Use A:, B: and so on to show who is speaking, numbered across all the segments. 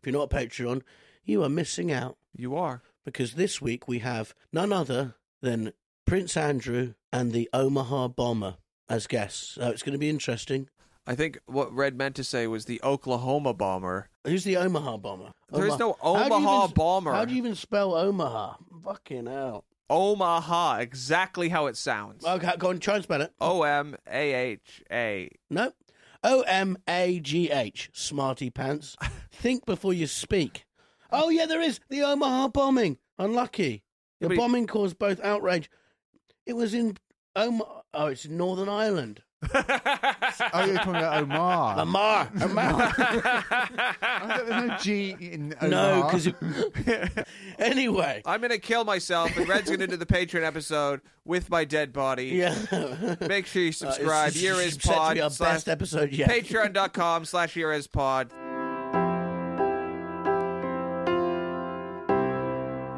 A: If you're not a Patreon, you are missing out
B: You are.
A: because this week we have none other than Prince Andrew and the Omaha Bomber as guests. So it's going to be interesting.
B: I think what Red meant to say was the Oklahoma bomber.
A: Who's the Omaha Bomber?
B: There's
A: Oma-
B: no
A: How do you
B: Omaha
A: even-
B: Bomber.
A: How do you even spell Omaha? Fucking hell.
B: Omaha, exactly how it sounds.
A: Okay, go on, try and spell it.
B: O M A H A.
A: No. O M A G H, smarty pants. Think before you speak. Oh, yeah, there is the Omaha bombing. Unlucky. The
B: Yeah, but-
A: bombing caused both outrage. It was in Omaha. Oh, it's in Northern Ireland.
C: Oh, you're talking about
B: Um,
C: Omar.
A: Omar. Omar.
C: I don't- There's no G in Omar.
A: no, because. anyway.
B: I'm gonna kill myself, and Red's gonna do the Patreon episode with my dead body.
A: Yeah. Uh,
B: Make sure you subscribe.
A: It's
B: Year is
A: set to
B: pod.
A: be our
B: slash-
A: best episode yet.
B: Patreon.com slash year is pod.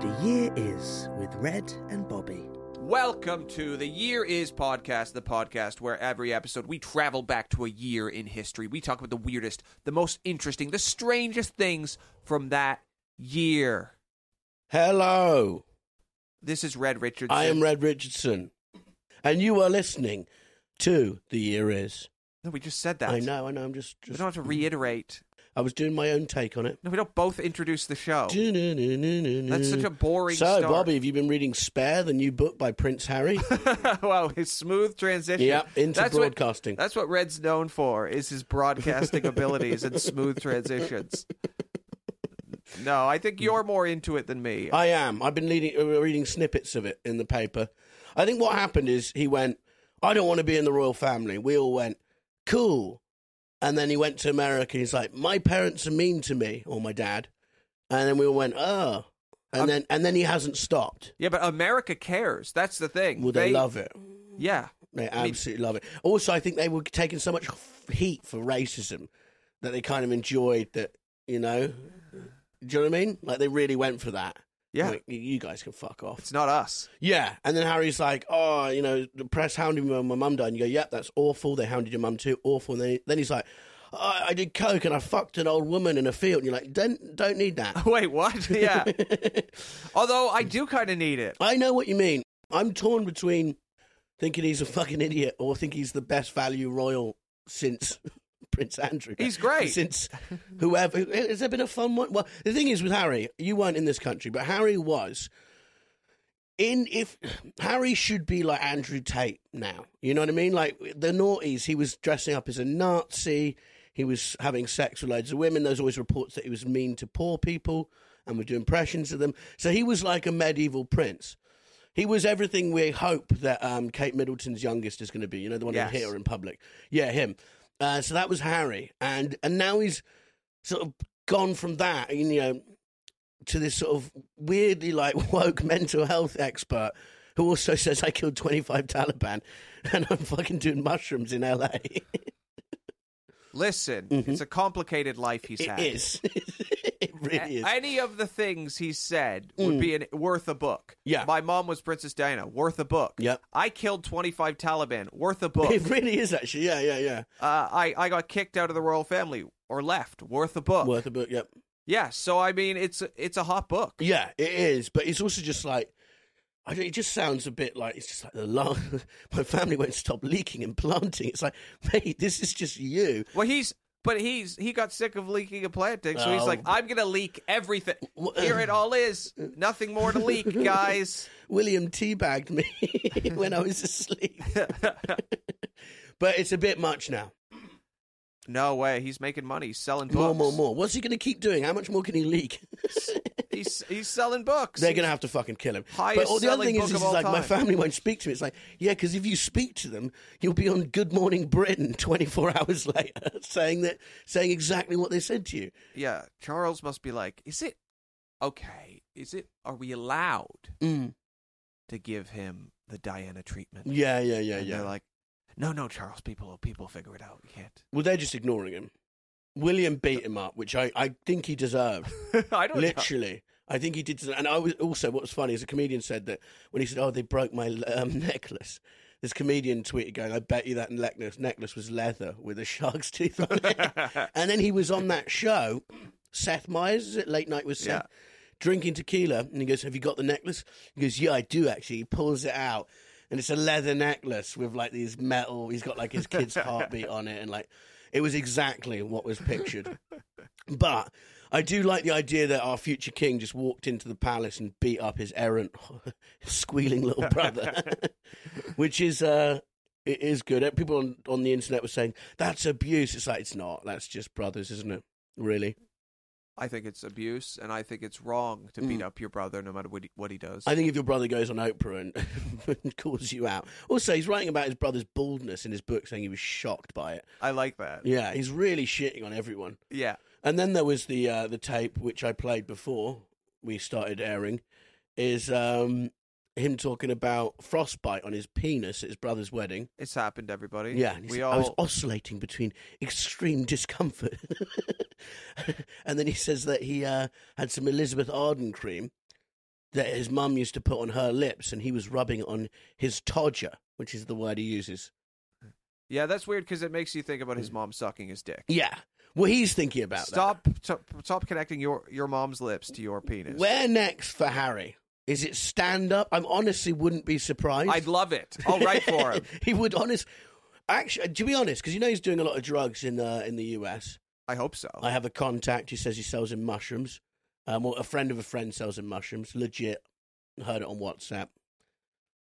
D: The year is with Red and Bobby.
B: Welcome to the Year Is Podcast, the podcast where every episode we travel back to a year in history. We talk about the weirdest, the most interesting, the strangest things from that year.
A: Hello.
B: This is Red Richardson.
A: I am Red Richardson. And you are listening to The Year Is.
B: No, we just said that.
A: I know, I know. I'm just.
B: We
A: just
B: don't have to reiterate.
A: I was doing my own take on it.
B: No, we don't both introduce the show.
A: That's
B: That's such a boring
A: So,
B: start.
A: Bobby, have you been reading Spare, the new book by Prince Harry?
B: wow, his smooth transition.
A: yeah, into
B: That's what-
A: broadcasting.
B: That's what Red's known for is his broadcasting abilities and smooth transitions. No, I think you're more into it than me.
A: I am. I've been leading, uh, reading snippets of it in the paper. I think what happened is he went, I don't want to be in the royal family. We all went, cool. And then he went to America. He's like, my parents are mean to me, or my dad. And then we all went, oh. And
B: Um,
A: then and then he hasn't stopped.
B: yeah, but America cares. That's the thing.
A: Well, they, love it.
B: Yeah,
A: They
B: I mean-
A: absolutely love it. Also, I think they were taking so much heat for racism that they kind of enjoyed that. You know, do you know what I mean? Like they really went for that.
B: yeah.
A: Like, you- you guys can fuck off.
B: It's not us.
A: Yeah, and then Harry's like, "Oh, you know, the press hounded me when my mum died." And you go, "Yep, that's awful. They hounded your mum too. Awful." And then, then he's like, oh, "I did coke and I fucked an old woman in a field." And you're like, "Don't, don't need that."
B: Wait, what? Yeah. Although I do kind of need it.
A: I know what you mean. I'm torn between thinking he's a fucking idiot or think he's the best value royal since Prince Andrew.
B: He's great.
A: Since whoever. Has there been a fun one? Well, the thing is with Harry, you weren't in this country, but Harry was. In if Harry should be like Andrew Tate now, you know what I mean? Like the noughties, he was dressing up as a Nazi. He was having sex with loads of women. There's always reports that he was mean to poor people and would do impressions of them. So he was like a medieval prince. He was everything we hope that um, Kate Middleton's youngest is going to be. You know, the one
B: Yes.
A: who hit her in public. Yeah, him. Uh, so that was Harry, and and now he's sort of gone from that, you know, to this sort of weirdly like woke mental health expert who also says I killed twenty five Taliban and I'm fucking doing mushrooms in LA.
B: Listen,
A: Mhm.
B: it's a complicated life he's
A: It
B: had.
A: is. it really
B: A-
A: is.
B: Any of the things he said would
A: Mm.
B: be an, worth a book.
A: Yeah.
B: My mom was Princess Diana, worth a book.
A: Yep.
B: I killed 25 Taliban, worth a book.
A: It really is actually. Yeah, yeah, yeah.
B: uh, I, I got kicked out of the royal family or left, worth a book.
A: Worth a book. Yep.
B: Yeah, so I mean, it's it's a hot book.
A: Yeah, it is, but it's also just like I don't. It just sounds a bit like it's just like the last. My family won't stop leaking and planting. It's like, mate, this is just you.
B: Well, he's but he's he got sick of leaking and planting, so he's
A: Oh. uh,
B: like, I'm gonna leak everything.
A: Wha-
B: Here it all is, nothing more to leak, guys.
A: William teabagged me when I was asleep. but it's a bit much now.
B: No way, he's making money, he's selling books.
A: More, more, more. What's he going to keep doing? How much more can he leak?
B: He's he's selling books.
A: They're going to have to fucking kill him.
B: Highest
A: all- the other
B: selling
A: thing
B: book
A: is,
B: of
A: is
B: all
A: like my
B: time.
A: family won't speak to me. It's like, yeah, because if you speak to them, you'll be on Good Morning Britain 24 hours later saying that, saying exactly what they said to you.
B: yeah, Charles must be like, is it okay? Is it are we allowed
A: Mm.
B: to give him the Diana treatment?
A: Yeah, yeah, yeah,
B: And
A: yeah.
B: They're like, no, no, Charles, people people figure it out. You can't.
A: well, they're just ignoring him. William beat him up, which I, I think he deserved.
B: I don't. know.
A: Literally. I think he did. And I was also, what was funny is a comedian said that when he said, Oh, they broke my um, necklace. This comedian tweeted going, I bet you that necklace, necklace was leather with a shark's tooth on it. and then he was on that show Seth Meyers, is it? Late Night with Seth.
B: Yeah.
A: Drinking tequila, and he goes, "Have you got the necklace?" He goes, "Yeah, I do actually." He pulls it out, and it's a leather necklace with like these metal. He's got like his kid's heartbeat on it, and like it was exactly what was pictured. But I do like the idea that our future king just walked into the palace and beat up his errant, squealing little brother, which is uh, it is good. People on, on the internet were saying that's abuse. It's like it's not. That's just brothers, isn't it? Really,
B: I think it's abuse, and I think it's wrong to
A: Mm.
B: beat up your brother no matter what he, what he does.
A: I think if your brother goes on Oprah and, and calls you out, also he's writing about his brother's baldness in his book, saying he was shocked by it.
B: I like that.
A: Yeah, he's really shitting on everyone.
B: Yeah.
A: And then there was the uh, the tape which I played before we started airing, is um, him talking about frostbite on his penis at his brother's wedding.
B: It's happened, everybody.
A: Yeah, and he
B: we
A: said,
B: all.
A: I was oscillating between extreme discomfort, and then he says that he uh, had some Elizabeth Arden cream that his mum used to put on her lips, and he was rubbing it on his todger, which is the word he uses.
B: Yeah, that's weird because it makes you think about his mom sucking his dick.
A: Yeah, well, he's thinking about that.
B: Stop, stop, stop connecting your your mom's lips to your penis.
A: Where next for Harry? Is it stand up? I honestly wouldn't be surprised.
B: I'd love it. I'll write for him.
A: he would honest. Actually, to be honest, because you know he's doing a lot of drugs in uh, in the US.
B: I hope so.
A: I have a contact. He says he sells in mushrooms. Um, well, a friend of a friend sells in mushrooms. Legit. Heard it on WhatsApp,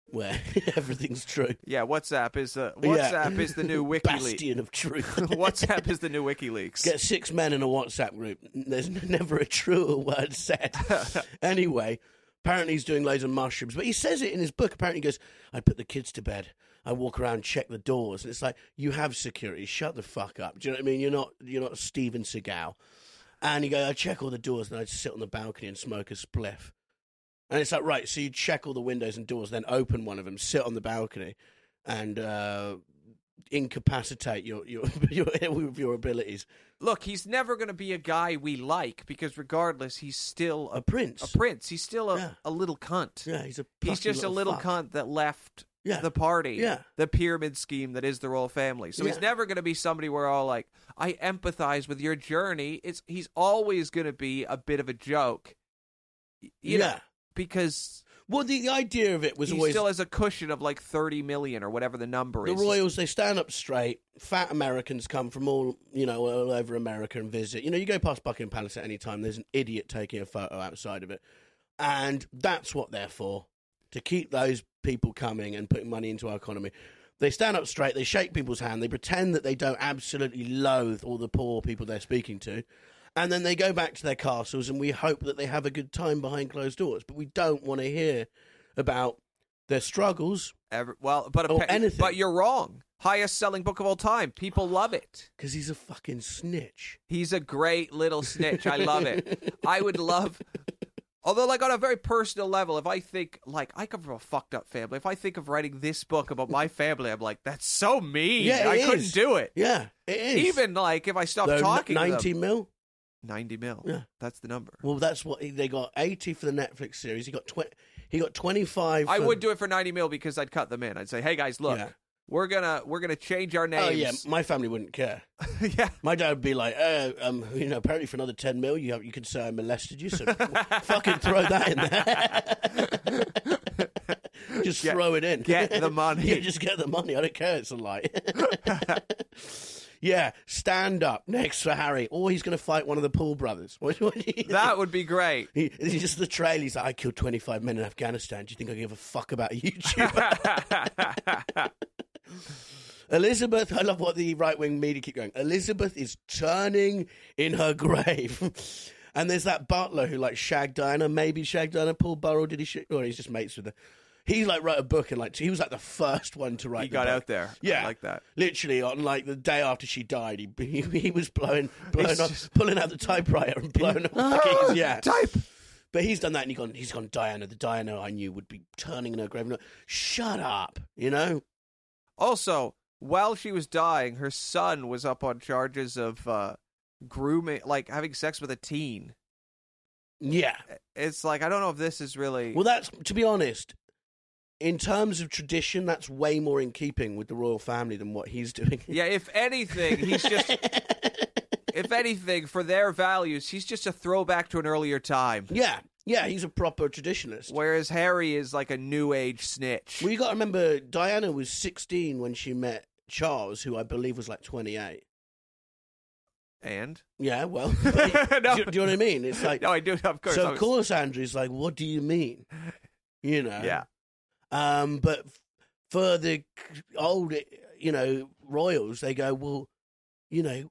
A: where everything's true.
B: yeah, WhatsApp is uh,
A: Yeah.
B: WhatsApp is the new WikiLeaks.
A: Bastion of truth.
B: WhatsApp is the new WikiLeaks.
A: Get six men in a WhatsApp group. There's n- never a truer word said. anyway, apparently he's doing loads of mushrooms, but he says it in his book. Apparently, he goes, "I put the kids to bed. I walk around, check the doors, and it's like you have security. Shut the fuck up. Do you know what I mean? You're not you're not Steven Seagal." And he goes, "I check all the doors, and I just sit on the balcony and smoke a spliff." And it's like, right, so you check all the windows and doors, then open one of them, sit on the balcony, and uh, incapacitate your your your, your abilities.
B: Look, he's never going to be a guy we like because regardless, he's still
A: a
B: a,
A: prince.
B: a prince. He's still a,
A: Yeah.
B: a little cunt.
A: Yeah, he's a.
B: he's
A: plucky
B: just a little
A: fuck.
B: cunt that left
A: Yeah.
B: the party,
A: Yeah.
B: the pyramid scheme that is the royal family. So
A: Yeah.
B: he's never going to be somebody we're all like, I empathize with your journey. It's he's always going to be a bit of a joke, y- you know,
A: Yeah.
B: because
A: Well, the, the idea of it was
B: he
A: always
B: still has a cushion of like thirty million or whatever the number
A: the
B: is.
A: royals. They stand up straight. Fat Americans come from all you know all over America and visit. You know, you go past Buckingham Palace at any time. There's an idiot taking a photo outside of it, and that's what they're for to keep those people coming and putting money into our economy. They stand up straight. They shake people's hand. They pretend that they don't absolutely loathe all the poor people they're speaking to. And then they go back to their castles, and we hope that they have a good time behind closed doors. But we don't want to hear about their struggles
B: Every- well, but a
A: Or
B: pe-
A: Oh, anything.
B: but you're wrong. Highest selling book of all time. People love it.
A: because he's a fucking snitch.
B: He's a great little snitch. I love it. I would love. Although, like on a very personal level, if I think like I come from a fucked up family, if I think of writing this book about my family, I'm like, that's so mean.
A: Yeah,
B: I
A: it
B: couldn't
A: is.
B: do it.
A: Yeah, it is.
B: Even like if I stop
A: Though n-
B: talking, to them-
A: ninety mil.
B: ninety mil.
A: Yeah.
B: that's the number.
A: Well, that's what he, they got. Eighty for the Netflix series. He got twenty. He got twenty five.
B: I would do it for ninety mil because I'd cut them in. I'd say, hey guys, look,
A: uh, Yeah.
B: we're gonna we're gonna change our
A: Oh yeah,
B: names.
A: my family wouldn't care.
B: yeah.
A: My dad would be like, oh, um, you know, apparently for another ten mil, you have, you could say I molested you. So fucking throw that in there. just
B: Get-
A: throw it in.
B: get the money.
A: yeah, just get the money. I don't care. It's a lie. yeah, stand up next for Harry, or he's going to fight one of the Paul brothers. What, what do you
B: that would be great.
A: He, he's just the trail. He's like, I killed 25 men in Afghanistan. Do you think I give a fuck about a YouTuber? Elizabeth, I love what the right wing media keep going. Elizabeth is turning in her grave. and there's that butler who like shagged Diana, maybe shagged Diana. Paul Burrell, did he shag? Or he's just mates with her. He like wrote a book and like he was like the first one to write.
B: He
A: the
B: got
A: book.
B: out there. I
A: yeah,
B: like that.
A: Literally on like the day after she died, he he, he was blowing, blowing on,
B: just-
A: pulling out the typewriter and blowing up keys. Yeah,
B: Type.
A: but he's done that, and he gone. He's gone. Diana, the Diana I knew would be turning in her grave. No, Shut up, you know.
B: Also, while she was dying, her son was up on charges of uh, grooming, like having sex with a teen.
A: Yeah.
B: It's like I don't know if this is really.
A: Well, that's to be honest. In terms of tradition, that's way more in keeping with the royal family than what he's doing.
B: yeah, if anything, he's just if anything, for their values, he's just a throwback to an earlier time.
A: Yeah, yeah, he's a proper traditionalist.
B: Whereas Harry is like a new age snitch.
A: Well, you got to remember, Diana was 16 when she met Charles, who I believe was like 28.
B: and
A: Yeah, well,
B: No.
A: do, do you know what I mean? It's like,
B: no, I do. Of course,
A: so
B: I
A: of
B: was-
A: course, Andrew's like, what do you mean? You know,
B: Yeah,
A: Um, but for the c- old, you know, royals, they go, well, you know,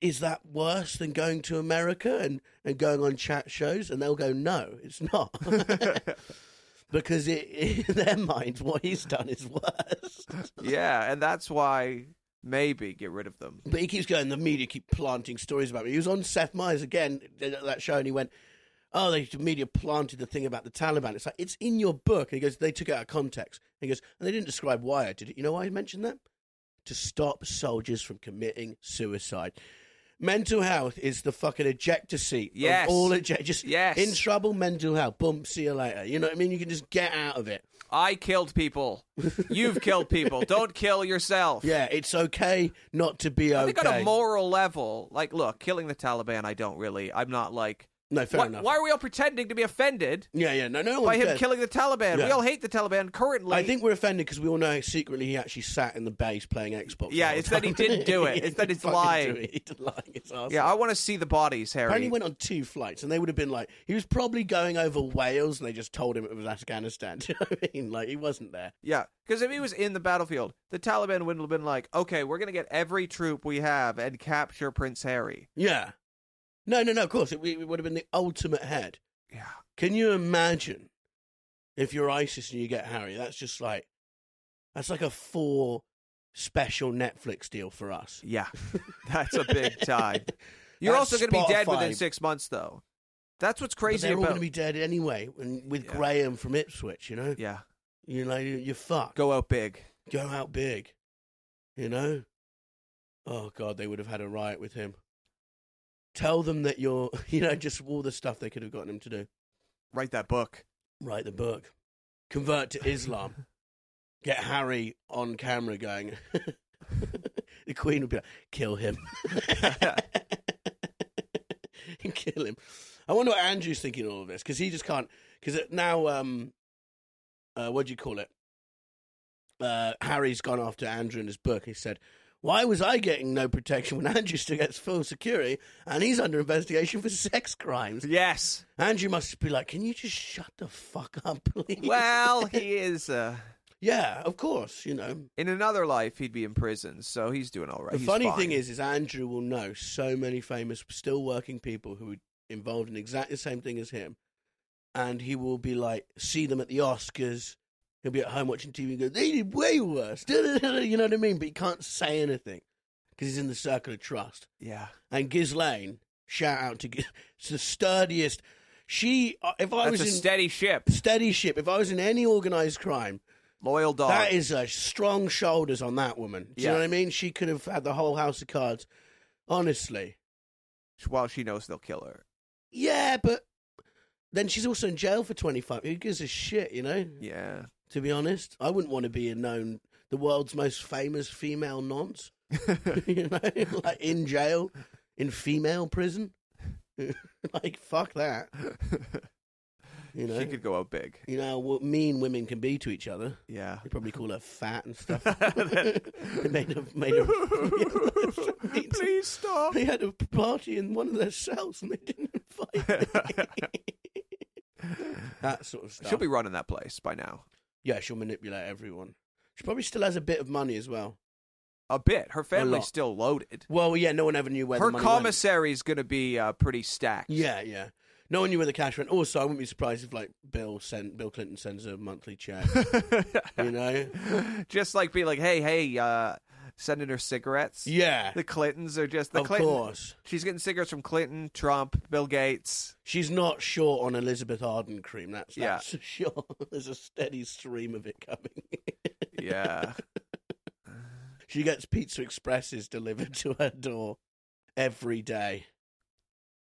A: is that worse than going to America and, and going on chat shows? And they'll go, no, it's not. because it, in their minds, what he's done is worse.
B: yeah, and that's why maybe get rid of them.
A: But he keeps going. The media keep planting stories about me. He was on Seth Meyers again th- that show, and he went, "Oh, they, the media planted the thing about the Taliban." It's like it's in your book. And he goes, "They took it out of context." And he goes, "And they didn't describe why I did it. You know why I mentioned that? To stop soldiers from committing suicide." Mental health is the fucking ejector seat. of
B: Yes.
A: all eject. Just
B: Yes.
A: in trouble. Mental health. Boom. See you later. You know what I mean? You can just get out of it.
B: I killed people. You've killed people. Don't kill yourself.
A: Yeah, it's okay not to be okay.
B: I think on a moral level, like, look, killing the Taliban, I don't really. I'm not like.
A: no, fair
B: Why-
A: enough.
B: why are we all pretending to be offended
A: Yeah, yeah. No, no one
B: by him
A: cares.
B: killing the Taliban? We
A: Yeah.
B: all hate the Taliban currently.
A: I think we're offended because we all know secretly he actually sat in the base playing Xbox.
B: Yeah,
A: the whole
B: it's that he
A: time.
B: didn't do it.
A: He
B: It's that he's
A: didn't fucking
B: lying.
A: do it. He's lying his ass
B: Yeah,
A: off.
B: I want to see the bodies,
A: Apparently,
B: Harry.
A: he went on two flights, and they would have been like, he was probably going over Wales, and they just told him it was Afghanistan. Do you know what I mean? Like, he wasn't there.
B: Yeah, because if he was in the battlefield, the Taliban would have been like, "Okay, we're gonna get every troop we have and capture Prince Harry."
A: Yeah. No, no, no, of course. It, it would have been the ultimate head.
B: Yeah,
A: Can you imagine if you're ISIS and you get Harry? That's just like, that's like a four special Netflix deal for us.
B: yeah, that's a big time. You're
A: That's
B: also gonna be dead within
A: Spotify.
B: six months, though. That's what's
A: But
B: crazy
A: they're all
B: about.
A: going to be dead anyway, and with
B: Yeah.
A: Graham from Ipswich, you know.
B: yeah,
A: You know, you- you're fucked. Go,
B: go out big.
A: out big. You know? Oh, God, they would have had a riot with him. Tell them that you're, you know, just all the stuff they could have gotten him to do.
B: Write that book.
A: Write the book, convert to Islam, get Harry on camera going. the Queen would be like, kill him. kill him. I wonder what Andrew's thinking of all of this because he just can't. Because now, um, uh, what do you call it? Uh, Harry's gone after Andrew in his book. He said, "Why was I getting no protection when Andrew still gets full security and he's under investigation for sex crimes?"
B: Yes.
A: Andrew must be like, "Can you just shut the fuck up, please?"
B: Well, he is. Uh,
A: yeah, of course. You know,
B: in another life, he'd be in prison, so he's doing all right.
A: the
B: He's
A: funny
B: fine.
A: thing is, is Andrew will know so many famous, still working people who were involved in exactly the same thing as him, and he will be like, see them at the Oscars. He'll be at home watching TV and go, they did way worse. You know what I mean? But he can't say anything because he's in the circle of trust.
B: yeah,
A: And Ghislaine, shout out to Ghislaine, it's the sturdiest. She, uh, if I was
B: that's a
A: in
B: steady ship,
A: steady ship, if I was in any organized crime,
B: loyal dog.
A: that is a strong shoulders on that woman. Do you know
B: Yeah.
A: what I mean? She could have had the whole house of cards. Honestly.
B: While she knows they'll kill her.
A: Yeah, but then she's also in jail for 25. Who gives a shit, you know?
B: Yeah.
A: To be honest, I wouldn't want to be a known, the world's most famous female nonce. you know, like in jail, in female prison. like, fuck that. You know,
B: She could go out big.
A: you know what mean women can be to each other.
B: Yeah.
A: They probably call her fat and stuff.
B: uh,
A: they made a made a.
B: Please stop.
A: They had a party in one of their cells and they didn't invite me. that sort of stuff.
B: She'll be running that place by now.
A: yeah, she'll manipulate everyone. She probably still has a bit of money as well.
B: A bit. Her family's
A: lot.
B: still loaded.
A: Well, yeah, no one ever knew where
B: Her
A: the money went.
B: commissary's going to be uh, pretty stacked.
A: Yeah, yeah. No one knew where the cash went. Also, I wouldn't be surprised if like Bill sent Bill Clinton sends a monthly check. you know?
B: just like be like, hey, hey, uh, sending her cigarettes.
A: Yeah.
B: The Clintons are just the
A: of
B: Clinton.
A: course.
B: She's getting cigarettes from Clinton, Trump, Bill Gates.
A: She's not short on Elizabeth Arden cream. That's
B: Yeah.
A: that's for sure. There's a steady stream of it coming.
B: Yeah.
A: She gets Pizza Expresses delivered to her door every day.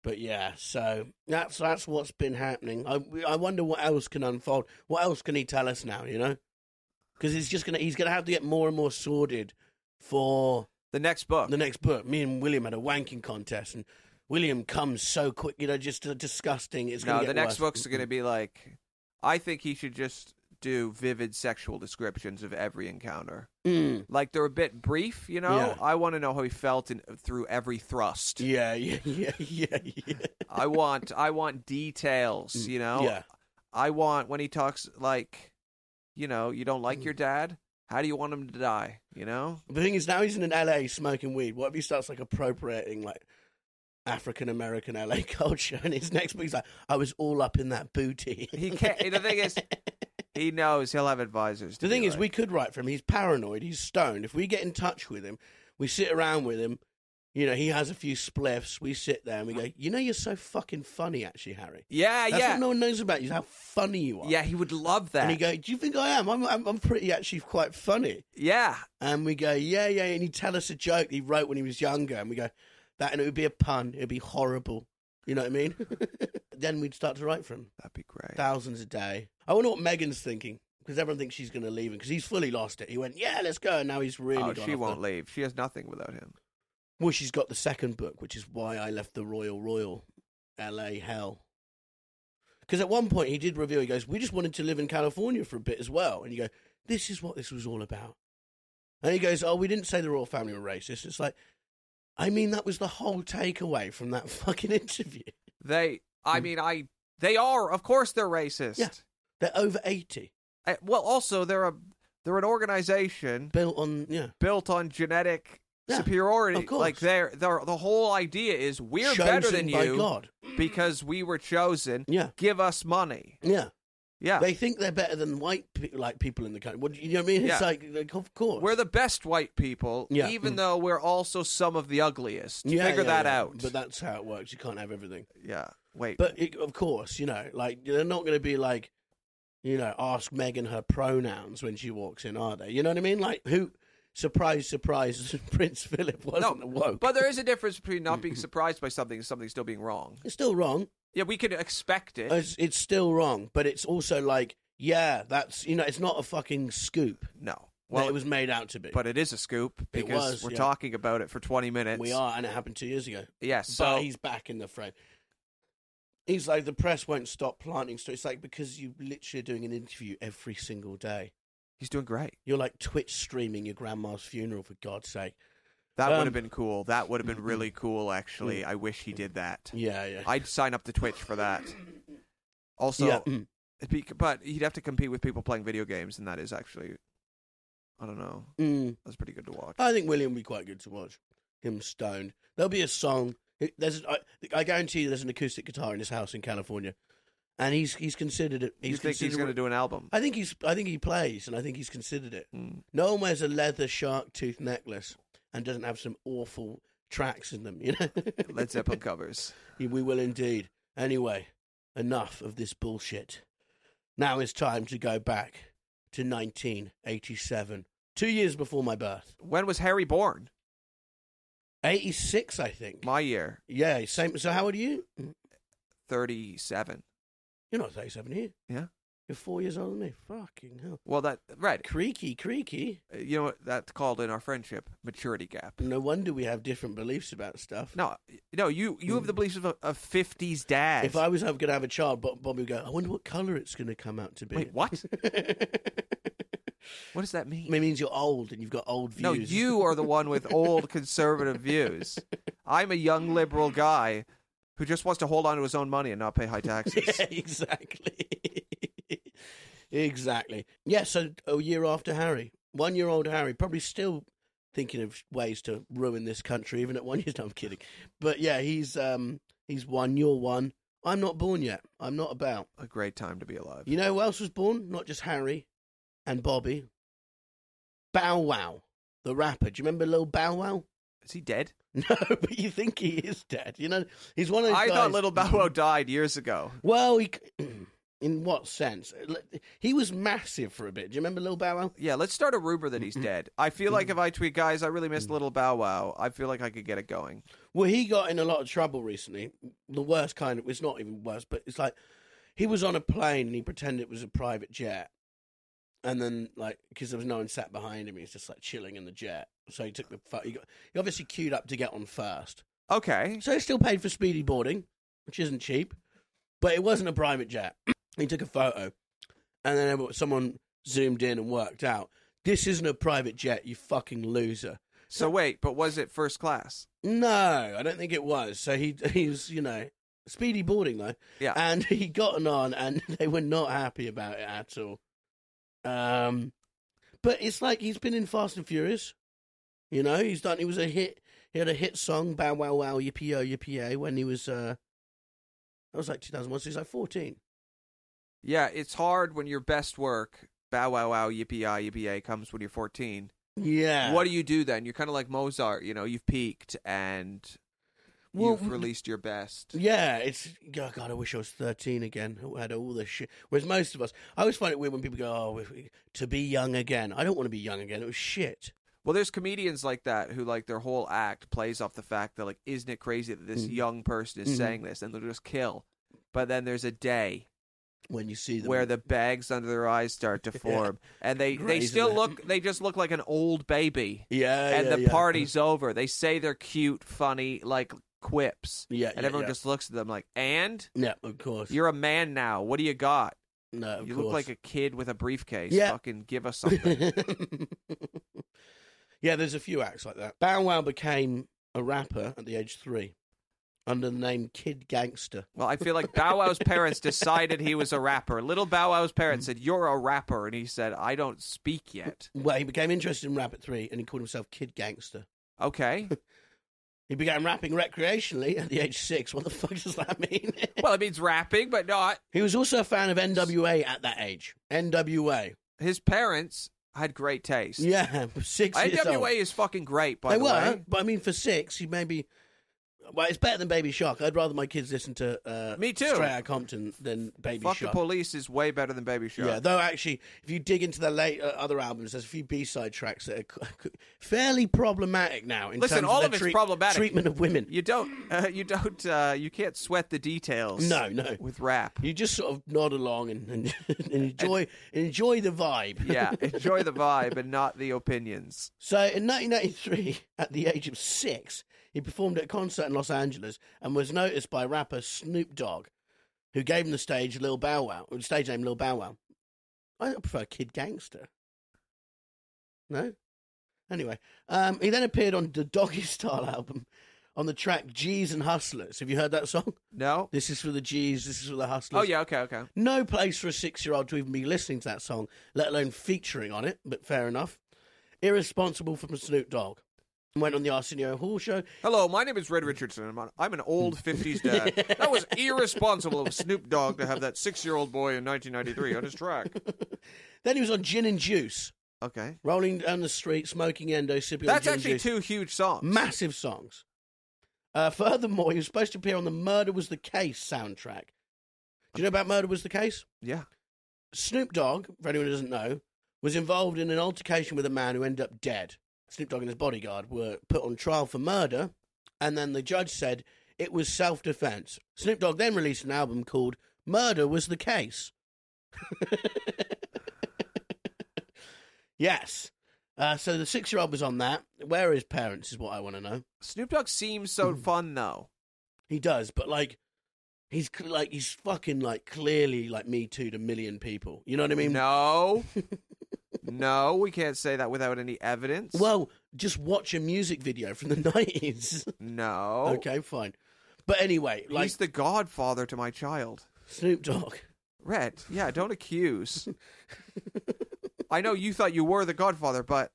A: But yeah, so that's that's what's been happening. I I wonder what else can unfold. What else can he tell us now? You know, because he's just gonna he's gonna have to get more and more sordid for
B: The next book.
A: the next book, me and William had a wanking contest, and William comes so quick, you know, just uh, disgusting. It's
B: no,
A: gonna
B: the
A: get
B: next
A: worse.
B: book's going to be like, I think he should just do vivid sexual descriptions of every encounter.
A: Mm.
B: Like they're a bit brief, you know.
A: Yeah.
B: I want to know how he felt in, through every thrust.
A: Yeah, yeah, yeah, yeah, yeah.
B: I want, I want details. You know,
A: Mm, yeah.
B: I want when he talks like, you know, you don't
A: Mm.
B: like your dad. How do you want him to die? You know,
A: The thing is, now he's in LA smoking weed. What if he starts like appropriating like African American LA culture? And his next book, he's like, I was all up in that booty.
B: he can't. the thing is, he knows he'll have advisors. to
A: The thing
B: be
A: is,
B: like-
A: we could write for him. He's paranoid. He's stoned. If we get in touch with him, we sit around with him. You know, he has a few spliffs. We sit there and we go, you know, you're so fucking funny, actually, Harry.
B: yeah,
A: That's
B: yeah,
A: what no one knows about you, is how funny you are.
B: yeah. He would love that.
A: And he go, do you think I am? I'm, I'm, I'm pretty actually quite funny.
B: yeah,
A: And we go, yeah, yeah. And he'd tell us a joke he wrote when he was younger. And we go, that, and it would be a pun. It would be horrible. You know what I mean? then we'd start to write for him
B: that'd be great.
A: thousands a day. I wonder what Megan's thinking because everyone thinks she's going to leave him because he's fully lost it. He went, yeah, let's go, and now he's really.
B: oh,
A: gone
B: she
A: off
B: won't
A: The...
B: leave. She has nothing without him.
A: Well, she's got the second book, which is why I left the Royal Royal, L.A. Hell. Because at one point he did reveal, he goes, "We just wanted to live in California for a bit as well," and you go, "This is what this was all about." And he goes, "Oh, we didn't say the royal family were racist." It's like, I mean, that was the whole takeaway from that fucking interview.
B: They, I mean, I, they are. Of course, they're racist.
A: Yeah. They're over eighty,
B: Uh, well, also they're a, they're an organization
A: built on yeah.
B: built on genetic
A: Yeah,
B: superiority.
A: of course.
B: Like they're, they're the whole idea is we're better
A: chosen
B: than
A: by
B: you
A: God.
B: because we were chosen.
A: Yeah.
B: Give us money.
A: Yeah,
B: Yeah.
A: they think they're better than white pe- like people in the country. What, you know what I mean? It's
B: Yeah.
A: like, like, of course.
B: we're the best white people,
A: Yeah.
B: even
A: Mm.
B: though we're also some of the ugliest.
A: Yeah,
B: Figure
A: yeah,
B: that
A: yeah.
B: out.
A: But that's how it works. You can't have everything.
B: yeah. Wait.
A: But it, of course, you know, like they're not going to be like, you know, ask Megan her pronouns when she walks in, are they? You know what I mean? Like who? Surprise, surprise! Prince Philip wasn't woke.
B: but there is a difference between not
A: Mm-hmm.
B: being surprised by something and something still being wrong.
A: it's still wrong.
B: Yeah, we could expect it.
A: It's, it's still wrong. But it's also like, yeah, that's you know, it's not a fucking scoop.
B: no.
A: Well,
B: Well,
A: it was made out to be.
B: but it is a scoop because
A: was,
B: we're
A: yeah.
B: talking about it for 20 minutes.
A: we are, and it happened two years ago.
B: Yeah, so
A: but he's back in the frame. He's like, the press won't stop planting stuff. It's like because you literally are doing an interview every single day.
B: he's doing great.
A: You're like Twitch streaming your grandma's funeral for God's sake.
B: That
A: Um,
B: would have been cool. That would have been really cool, actually. I wish he did that.
A: Yeah, yeah.
B: I'd sign up to Twitch for that. Also,
A: yeah, mm.
B: it'd be- but he'd have to compete with people playing video games, and that is actually, I don't know,
A: Mm.
B: that's pretty good to watch.
A: I think William would be quite good to watch. Him stoned. There'll be a song. It- There's, I, I guarantee you, there's an acoustic guitar in his house in California, and he's he's considered it. He's
B: you think he's
A: considered-
B: going to do an album?
A: I think he's. I think he plays, and I think he's considered it.
B: Mm.
A: No one wears a leather shark tooth necklace and doesn't have some awful tracks in them, you know?
B: Led Zeppelin covers.
A: we will indeed. Anyway, enough of this bullshit. Now it's time to go back to 1987, two years before my birth.
B: When was Harry born?
A: 86, I think.
B: My year,
A: yeah, same. So how old are you?
B: 37.
A: You're not 37 here.
B: Yeah.
A: You're four years older than me. Fucking hell.
B: Well, that, right.
A: Creaky, creaky.
B: You know, what that's called in our friendship maturity gap.
A: No wonder we have different beliefs about stuff.
B: No, no, you you have the beliefs of a, a 50s dad.
A: If I was going to have a child, Bob, Bobby would go, I wonder what colour it's going to come out to be.
B: Wait, what?
A: it
B: What does that mean?
A: means you're old and you've got old views.
B: No, you are the one with old conservative views. I'm a young liberal guy who just wants to hold on to his own money and not pay high taxes.
A: yeah, exactly. exactly. Yeah, so a year after Harry, one year old Harry, probably still thinking of ways to ruin this country, even at one year. No, I'm kidding. But yeah, he's um, he's one, you're one. I'm not born yet. I'm not about.
B: A great time to be alive.
A: You know who else was born? Not just Harry and Bobby. Bow Wow, the rapper. Do you remember Little Bow Wow?
B: Is he dead?
A: No, but you think he is dead. You know, he's one of those
B: I
A: guys.
B: thought Little Bow Wow died years ago.
A: Well, he, in what sense? He was massive for a bit. Do you remember Little Bow Wow?
B: Yeah, let's start a rumor that he's dead. I feel like if I tweet, guys, I really miss
A: Mm.
B: Little Bow Wow, I feel like I could get it going.
A: Well, he got in a lot of trouble recently. The worst kind of, it's not even worse, but it's like he was on a plane and he pretended it was a private jet. and then like because there was no one sat behind him, he was just like chilling in the jet. So he took the fu- he got he obviously queued up to get on first.
B: Okay.
A: So he still paid for speedy boarding, which isn't cheap, but it wasn't a private jet. he took a photo, and then everyone- someone zoomed in and worked out this isn't a private jet, you fucking loser.
B: So wait, but was it first class?
A: No, I don't think it was. So he he was, you know, speedy boarding though.
B: Yeah.
A: And he gotten on and they were not happy about it at all. Um but it's like he's been in Fast and Furious. You know, he's done he was a hit he had a hit song, Bow Wow Wow Yippee Oh Yippee when he was uh that was like two thousand one, so he's like fourteen.
B: Yeah, it's hard when your best work, bow wow wow, yippee ah, yippee yay, comes when you're 14.
A: Yeah.
B: What do you do then? You're kind of like Mozart, you know, you've peaked and
A: Well,
B: you've released your best.
A: Yeah, it's oh god. I wish I was thirteen again. I had all this shit. Whereas most of us, I always find it weird when people go, "Oh, if we- to be young again." I don't want to be young again. It was shit.
B: Well, there's comedians like that who like their whole act plays off the fact that like, isn't it crazy that this
A: Mm.
B: young person is
A: Mhm.
B: saying this and they'll just kill. But then there's a day
A: When you see them,
B: where the bags under their eyes start to form, and they they
A: Crazy,
B: still
A: man.
B: look they just look like an old baby.
A: yeah,
B: and
A: yeah,
B: the
A: yeah.
B: party's over. They say they're cute, funny, like quips,
A: yeah,
B: and
A: yeah,
B: everyone
A: yeah.
B: just looks at them like, "And
A: yeah, of course,
B: you're a man now. What do you got?
A: no, of
B: you
A: course.
B: look like a kid with a briefcase.
A: Yeah.
B: Fucking give us something."
A: yeah, there's a few acts like that. Bow Wow became a rapper at the age of three, under the name Kid Gangster.
B: well, I feel like Bow Wow's parents decided he was a rapper. Little Bow Wow's parents said, "You're a rapper," and he said, "I don't speak yet."
A: Well, he became interested in rap at three, and he called himself Kid Gangster.
B: Okay.
A: He began rapping recreationally at the age of six. What the fuck does that mean?
B: Well, it means rapping, but not.
A: he was also a fan of NWA at that age. NWA.
B: His parents had great taste.
A: Yeah, six years old.
B: NWA is fucking great, by
A: they
B: the
A: were,
B: way.
A: but I mean, for six, he maybe. Well, it's better than Baby Shark. I'd rather my kids listen to uh,
B: Me too.
A: Straight Outta Compton than Baby
B: Fuck
A: Shark.
B: the police is way better than Baby Shark.
A: Yeah, though actually, if you dig into their late uh, other albums, there's a few B-side tracks that are c- c- fairly problematic now. In
B: Listen,
A: terms
B: all
A: of,
B: of
A: their
B: it's problematic.
A: treatment of women.
B: You don't. Uh, you don't. Uh, you can't sweat the details.
A: No, no.
B: With rap.
A: You just sort of nod along and, and, and enjoy enjoy the vibe.
B: Yeah, enjoy the vibe and not the opinions.
A: So in 1993, at the age of six, he performed at a concert in Los Angeles and was noticed by rapper Snoop Dogg, who gave him the stage Lil Bow Wow, or the stage name Lil Bow Wow. I prefer Kid Gangster. No? Anyway, um, he then appeared on the Doggy Style album on the track G's and Hustlers. Have you heard that song?
B: No.
A: This is for the G's, this is for the Hustlers.
B: Oh yeah. Okay. Okay.
A: No place for a six year old to even be listening to that song, let alone featuring on it, but fair enough. Irresponsible from Snoop Dogg. Went on the Arsenio Hall show.
B: Hello, my name is Red Richardson. I'm, on, I'm an old '50s dad. That was irresponsible of Snoop Dogg to have that six-year-old boy in 1993 on his track.
A: Then he was on Gin and Juice,
B: Okay.
A: rolling down the street, smoking endo, sipping
B: That's
A: on gin
B: actually
A: and juice.
B: two huge songs.
A: Massive songs. Uh, furthermore, he was supposed to appear on the Murder Was the Case soundtrack. Do you know about Murder Was the Case?
B: Yeah.
A: Snoop Dogg, for anyone who doesn't know, was involved in an altercation with a man who ended up dead. Snoop Dogg and his bodyguard were put on trial for murder, and then the judge said it was self defense. Snoop Dogg then released an album called Murder Was the Case. yes. Uh, so the six year old was on that. Where are his parents, is what I want to know.
B: Snoop Dogg seems so
A: Mm.
B: fun though.
A: He does, but like. He's cl- like he's fucking like clearly like me too to a million people. You know what I mean?
B: No. no, we can't say that without any evidence.
A: Well, just watch a music video from the 90s.
B: no.
A: Okay, fine. But anyway, like
B: Oh. He's the godfather to my child.
A: Snoop Dogg.
B: Red, yeah, don't accuse. I know you thought you were the godfather, but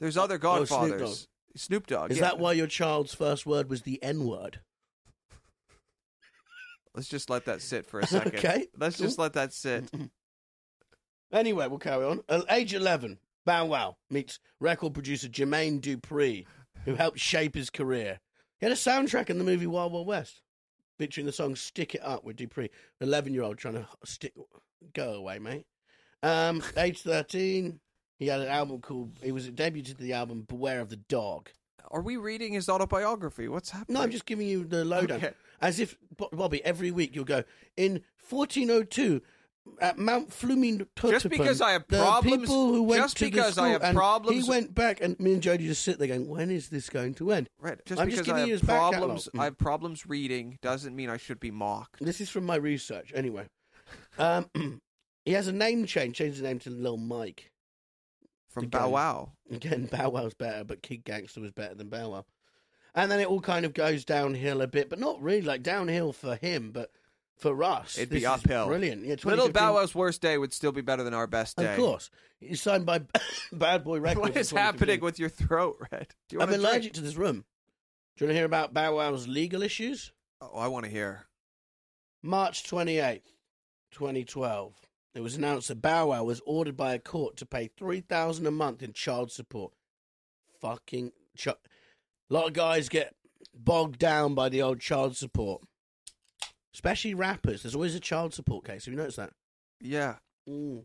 B: there's other
A: Oh, Snoop
B: godfathers. Snoop Dogg.
A: Is
B: yeah.
A: that why your child's first word was the N word?
B: Let's just let that sit for a second.
A: Okay, Mm-hmm.
B: Let's just let that sit.
A: Anyway, we'll carry on. At age 11, Bow Wow meets record producer Jermaine Dupree, who helped shape his career. He had a soundtrack in the movie Wild Wild West, featuring the song Stick It Up with Dupree. 11 year old trying to stick. Go away, mate. Um, age 13, he had an album called. He was debuted the album Beware of the Dog.
B: Are we reading his autobiography? What's happening?
A: No, I'm just giving you the lowdown.
B: Okay.
A: As if, Bo- Bobby, every week you'll go, in 1402, at Mount Flumin
B: Just because I have
A: the
B: problems-
A: people who went
B: just
A: to the
B: because I
A: school,
B: have
A: and
B: problems-
A: He went back, and me and Jody just sit there going, "When is this going to end?"
B: Right. Just
A: I'm
B: because
A: just
B: I
A: giving
B: have
A: you his back Mm. catalogue.
B: problems, I have problems reading doesn't mean I should be mocked.
A: This is from my research, anyway. Um, he has a name change, changed his name to Lil Mike.
B: From
A: Again.
B: Bow Wow.
A: Again, Bow Wow's better, but Kid Gangster was better than Bow Wow. And then it all kind of goes downhill a bit, but not really like downhill for him, but for us,
B: It'd be
A: this is
B: uphill.
A: Brilliant. Yeah,
B: Little
A: 2015
B: Bow Wow's worst day would still be better than our best day.
A: Of course, he's signed by Bad Boy Records.
B: What
A: in
B: is happening
A: 2015.
B: with your throat, Red? Do you
A: I'm
B: want to
A: allergic to this room. Do you want to hear about Bow Wow's legal issues?
B: Oh, I want to hear.
A: March 28th, 2012. It was announced that Bow Wow was ordered by a court to pay 3000 a month in child support. Fucking. Ch- a lot of guys get bogged down by the old child support. Especially rappers. There's always a child support case. Have you noticed that?
B: Yeah.
A: Mm.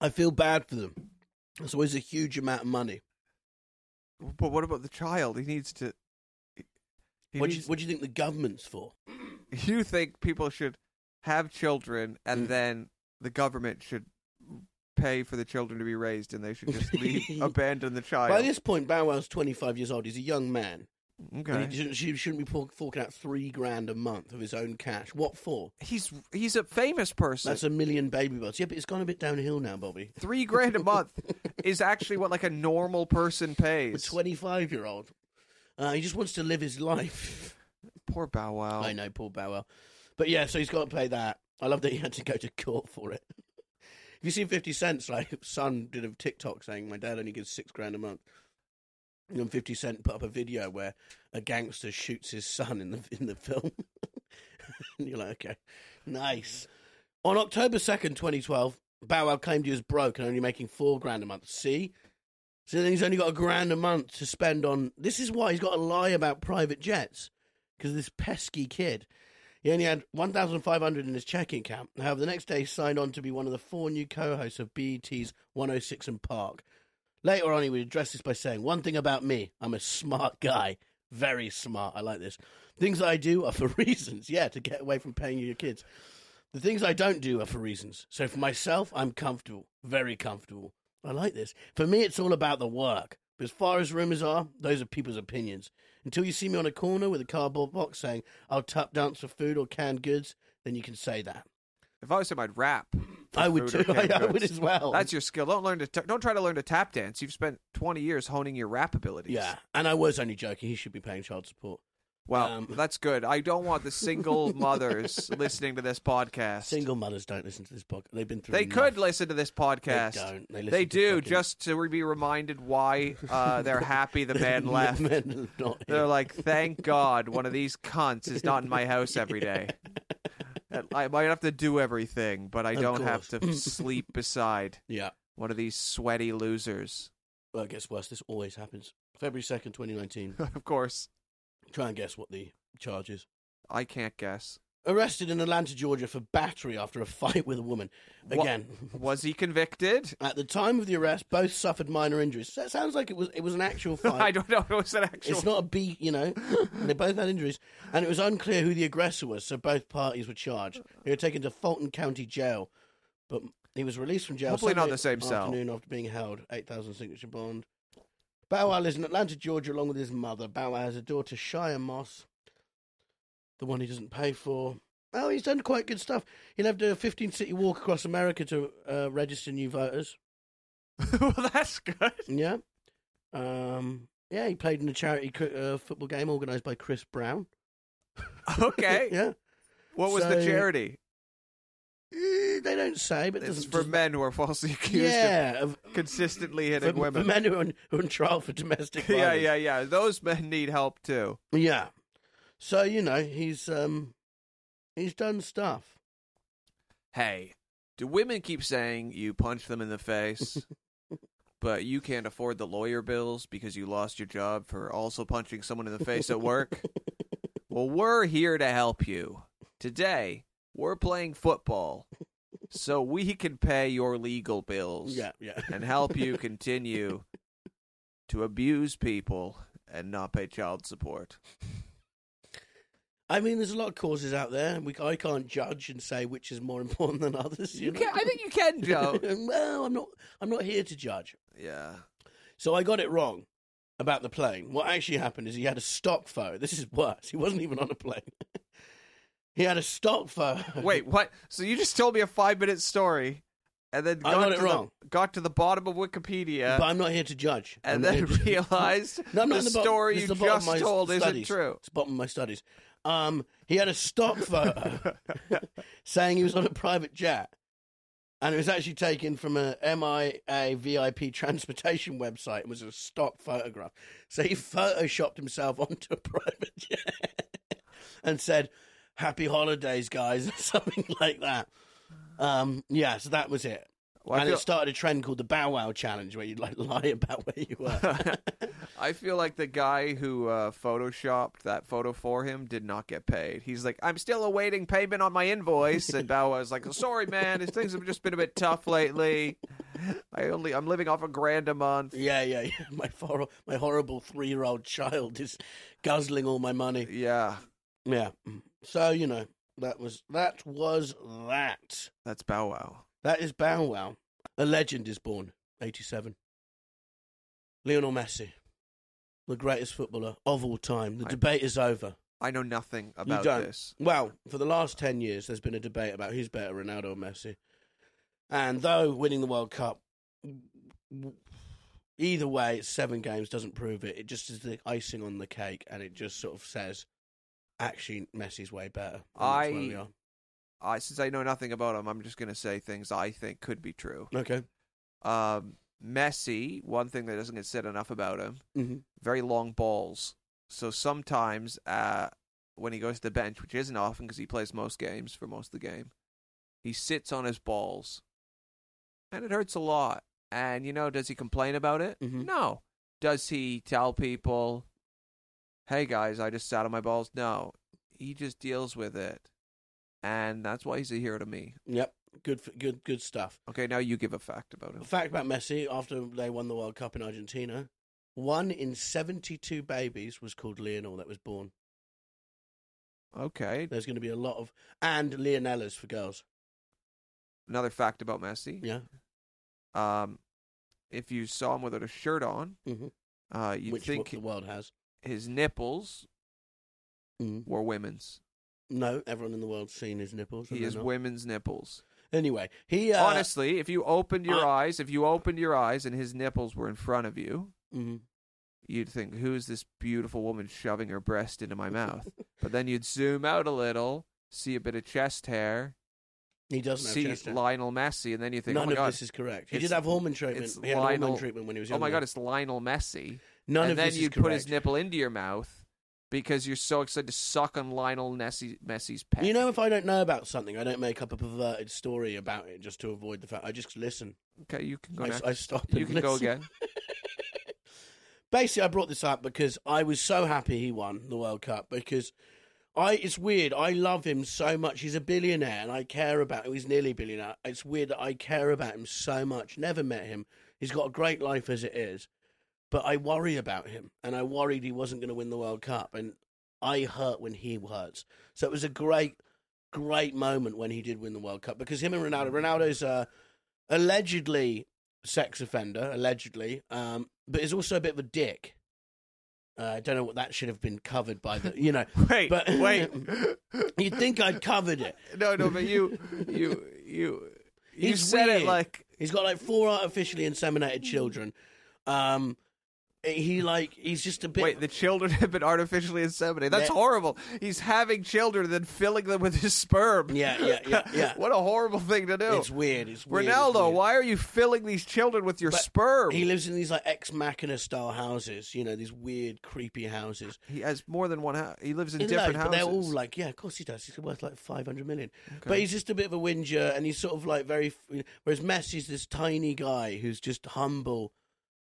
A: I feel bad for them. There's always a huge amount of money.
B: But what about the child? He needs to. he
A: What do, you,
B: needs-
A: what do you think the government's for?
B: you think people should have children and
A: Mm.
B: then the government should pay for the children to be raised and they should just leave, abandon the child.
A: By this point, Bow Wow's 25 years old. He's a young man.
B: okay.
A: And he shouldn't, she shouldn't be por- forking out three grand a month of his own cash. What for?
B: He's he's a famous person.
A: That's a million baby bucks. Yeah, but it's gone a bit downhill now, Bobby.
B: Three grand a month is actually what like a normal person
A: A
B: pays.
A: 25 year old. Uh, he just wants to live his life.
B: Poor Bow Wow.
A: I know, Paul Bow Wow. But yeah, so he's got to pay that. I love that he had to go to court for it. Have you seen 50 Cent's like son did a TikTok saying my dad only gives six grand a month? And 50 Cent put up a video where a gangster shoots his son in the in the film. and you're like, okay, nice. On October 2nd, 2012, Bow Wow claimed he was broke and only making four grand a month. See? So then he's only got a grand a month to spend on. This is why he's got to lie about private jets because this pesky kid. He only had 1,500 in his checking account. However, the next day he signed on to be one of the four new co-hosts of E BET's 106 and Park. Later on, he would address this by saying, "One thing about me, I'm a smart guy, very smart. I like this. Things that I do are for reasons. Yeah, to get away from paying your kids. The things I don't do are for reasons. So for myself, I'm comfortable, very comfortable. I like this. For me, it's all about the work. But as far as rumors are, those are people's opinions. Until you see me on a corner with a cardboard box saying, I'll tap dance for food or canned goods, then you can say that.
B: If I was him, I'd rap.
A: I would
B: Food or
A: too.
B: canned
A: I, I would
B: goods.
A: as well.
B: That's your skill. Don't learn to t- don't try to learn to tap dance. You've spent twenty years honing your rap abilities.
A: yeah. And I was only joking. He should be paying child support.
B: Well,
A: Um,
B: that's good. I don't want the single mothers listening to this podcast.
A: Single mothers don't listen to this podcast. They've been through
B: they
A: enough.
B: could listen to this podcast.
A: They don't. They, listen
B: They
A: to
B: do
A: fucking-
B: just to be reminded why uh, they're happy the man
A: The
B: left.
A: man is not here.
B: They're like, thank God one of these cunts is not in my house every day. I might have to do everything, but I
A: Of
B: don't have
A: course.
B: to sleep beside
A: Yeah.
B: one of these sweaty losers.
A: Well, it gets worse. This always happens. February 2nd, 2019.
B: of course,
A: Try and guess what the charge is.
B: I can't guess.
A: Arrested in Atlanta, Georgia for battery after a fight with a woman.
B: Wha-
A: Again.
B: Was he convicted?
A: At the time of the arrest, both suffered minor injuries. That sounds like it was it was an actual fight.
B: I don't know. It was an actual.
A: It's not a beat, you know. they both had injuries, and it was unclear who the aggressor was, so both parties were charged. They were taken to Fulton County Jail, but he was released from jail.
B: Hopefully not
A: Sunday
B: the same cell.
A: afternoon after being held eight thousand signature bond. Bow Wow lives in Atlanta, Georgia, along with his mother. Bow Wow has a daughter, Shia Moss, the one he doesn't pay for. Oh, he's done quite good stuff. He'll have to do a 15 city walk across America to uh, register new voters.
B: well, that's good.
A: Yeah. Um, yeah, he played in a charity cri- uh, football game organised by Chris Brown.
B: Okay.
A: yeah.
B: What was the
A: So-
B: charity?
A: Eh, They don't say, but it
B: It's
A: doesn't
B: for
A: doesn't-
B: men who are falsely accused
A: Yeah, of,
B: of consistently
A: for,
B: hitting
A: for
B: women.
A: men who are on, who are on trial for domestic
B: yeah,
A: violence.
B: yeah, yeah. Those men need help too.
A: yeah, yeah. So you know he's um he's done stuff.
B: Hey, do women keep saying you punch them in the face, but you can't afford the lawyer bills because you lost your job for also punching someone in the face at work? well, we're here to help you. Today, we're playing football so we can pay your legal bills.
A: Yeah, yeah.
B: and help you continue to abuse people and not pay child support.
A: I mean, there's a lot of causes out there, and we, I can't judge and say which is more important than others. You,
B: You
A: know?
B: can, I think you can, Joe.
A: well, I'm not. I'm not here to judge.
B: yeah.
A: So I got it wrong about the plane. What actually happened is he had a stock photo. This is worse. He wasn't even on a plane. he had a stock photo.
B: Wait, what? So you just told me a five minute story, and then
A: I
B: got,
A: got it
B: to
A: wrong.
B: The, got to the bottom of Wikipedia,
A: but I'm not here to judge.
B: and
A: I'm
B: then
A: not here to-
B: realized
A: No, I'm not
B: the
A: in the bottom-
B: story
A: this
B: you
A: is the bottom of
B: just
A: my
B: told isn't
A: studies.
B: true.
A: It's the bottom of my studies. Um, he had a stock photo saying he was on a private jet, and it was actually taken from a MIA VIP transportation website and was a stock photograph. So he photoshopped himself onto a private jet and said, "Happy holidays, guys," or something like that. Um, yeah, so that was it.
B: Well, I
A: and
B: feel-
A: it started a trend called the Bow Wow Challenge, where you'd like lie about where you were.
B: I feel like the guy who uh, photoshopped that photo for him did not get paid. He's like, I'm still awaiting payment on my invoice, and Bow Wow's like, sorry, man, these things have just been a bit tough lately. I only I'm living off a grand a month.
A: Yeah, yeah, yeah. My, for- my horrible three year old child is guzzling all my money.
B: Yeah,
A: Yeah. Mm. So, you know, that was that was that.
B: that's Bow Wow.
A: That is Bow Wow. A legend is born, 87. Lionel Messi, the greatest footballer of all time. The
B: I-
A: debate is over.
B: I know nothing
A: You
B: about
A: don't.
B: this.
A: Well, for the last 10 years, there's been a debate about who's better, Ronaldo or Messi. And though winning the World Cup, either way, it's seven games, doesn't prove it. It just is the icing on the cake, and it just sort of says, actually, Messi's way better. And that's where we
B: I-
A: are.
B: I, since I know nothing about him, I'm just going to say things I think could be true.
A: Okay.
B: Um, Messi, one thing that doesn't get said enough about him,
A: hmm
B: very long balls. So sometimes uh, when he goes to the bench, which isn't often because he plays most games for most of the game, he sits on his balls. And it hurts a lot. And, you know, does he complain about it?
A: Mhm.
B: No. Does he tell people, hey guys, I just sat on my balls? No. He just deals with it. And that's why he's a hero to me.
A: Yep. Good, for, good, good stuff.
B: Okay, now you give a fact about him.
A: Fact about Messi: after they won the World Cup in Argentina, one in seventy-two babies was called Lionel that was born.
B: Okay.
A: There's going to be a lot of and Leonellas for girls.
B: Another fact about Messi.
A: Yeah.
B: Um, if you saw him without a shirt on,
A: hmm
B: Uh, you
A: Which
B: think
A: the world has.
B: his nipples
A: Mm.
B: were women's?
A: No, everyone in the world's seen his nipples. and
B: He
A: they're
B: is
A: not.
B: women's nipples.
A: Anyway, he uh,
B: Honestly, if you opened your
A: I-
B: eyes, if you opened your eyes and his nipples were in front of you,
A: mhm.
B: you'd think, "Who's this beautiful woman shoving her breast into my mouth?" but then you'd zoom out a little, see a bit of chest hair,
A: he doesn't have
B: see
A: chest hair.
B: Lionel Messi, and then you think,
A: None
B: "Oh my
A: of
B: god,
A: this is correct. He
B: It's-
A: did have hormone treatment.
B: it's
A: He had
B: Lionel-
A: hormone treatment when he was
B: oh
A: younger.
B: my god, it's Lionel Messi."
A: None
B: and
A: of
B: then
A: this
B: you'd
A: is correct.
B: put his nipple into your mouth because you're so excited to suck on Lionel Messi, Messi's pet.
A: You know, if I don't know about something, I don't make up a perverted story about it just to avoid the fact. I just listen.
B: okay, you can go.
A: I,
B: next.
A: I stop.
B: you
A: and
B: can go
A: listen.
B: again.
A: basically, I brought this up because I was so happy he won the World Cup because I it's weird. I love him so much. He's a billionaire, and I care about. He's nearly billionaire. It's weird that I care about him so much. Never met him. He's got a great life as it is, but I worry about him, and I worried he wasn't going to win the World Cup, and I hurt when he hurts. So it was a great, great moment when he did win the World Cup because him and Ronaldo. Ronaldo's uh, allegedly sex offender, allegedly, um, but is also a bit of a dick. Uh, I don't know what that should have been covered by the, you know.
B: Wait,
A: But-
B: wait.
A: You'd think I'd covered it.
B: no, no, but you, you, you, you
A: He's
B: said it
A: weird.
B: like
A: He's got like four artificially inseminated children. Um, he like he's just a bit.
B: wait. The children have been artificially inseminated. That's
A: Yeah.
B: horrible. He's having children and then filling them with his sperm.
A: yeah, yeah, yeah, yeah.
B: what a horrible thing to do.
A: It's weird. It's weird. it's
B: Ronaldo,
A: weird.
B: why are you filling these children with your
A: But
B: sperm?
A: He
B: He,
A: lives in these like ex machina style houses, you know, these weird, creepy houses.
B: has more than one house. He lives in
A: No,
B: different
A: but
B: houses.
A: They're all like, yeah, of course he does. He's worth like five hundred million. But
B: Okay.
A: he's just a bit of a whinger, and he's sort of like very. Whereas Messi's this tiny guy who's just humble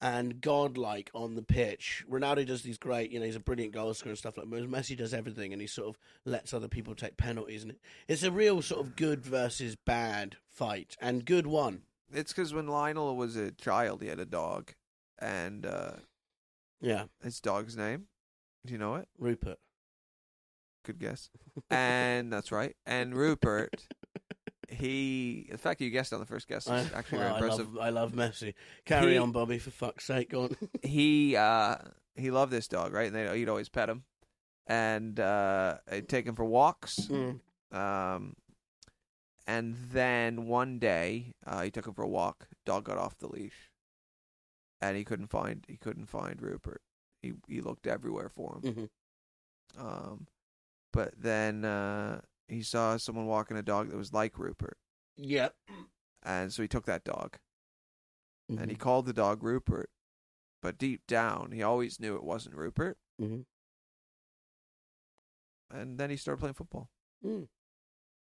A: and godlike on the pitch. Ronaldo does these great, you know, he's a brilliant goal scorer and stuff like. Whereas Messi does everything, and he sort of lets other people take penalties, and it's a real sort of good versus bad fight, and good one.
B: It's because when Lionel was a child, he had a dog, and uh,
A: Yeah,
B: his dog's name. Do you know it?
A: Rupert.
B: good guess. And that's right. And Rupert, he. The fact that you guessed on the first guess is
A: I,
B: actually
A: well,
B: very
A: I
B: impressive.
A: love, I love Messi. Carry
B: He-
A: on, Bobby, for fuck's sake. Go on.
B: he uh he loved this dog, right? And they, he'd always pet him, and uh, he'd take him for walks.
A: Mm.
B: Um, and then one day, uh, he took him for a walk. Dog got off the leash, and he couldn't find he couldn't find Rupert. He he looked everywhere for him.
A: Mhm.
B: Um, but then uh, he saw someone walking a dog that was like Rupert,
A: Yep.
B: and so he took that dog and he
A: Mhm.
B: called the dog Rupert. But deep down, he always knew it wasn't Rupert.
A: Mhm.
B: And then he started playing football.
A: Mm.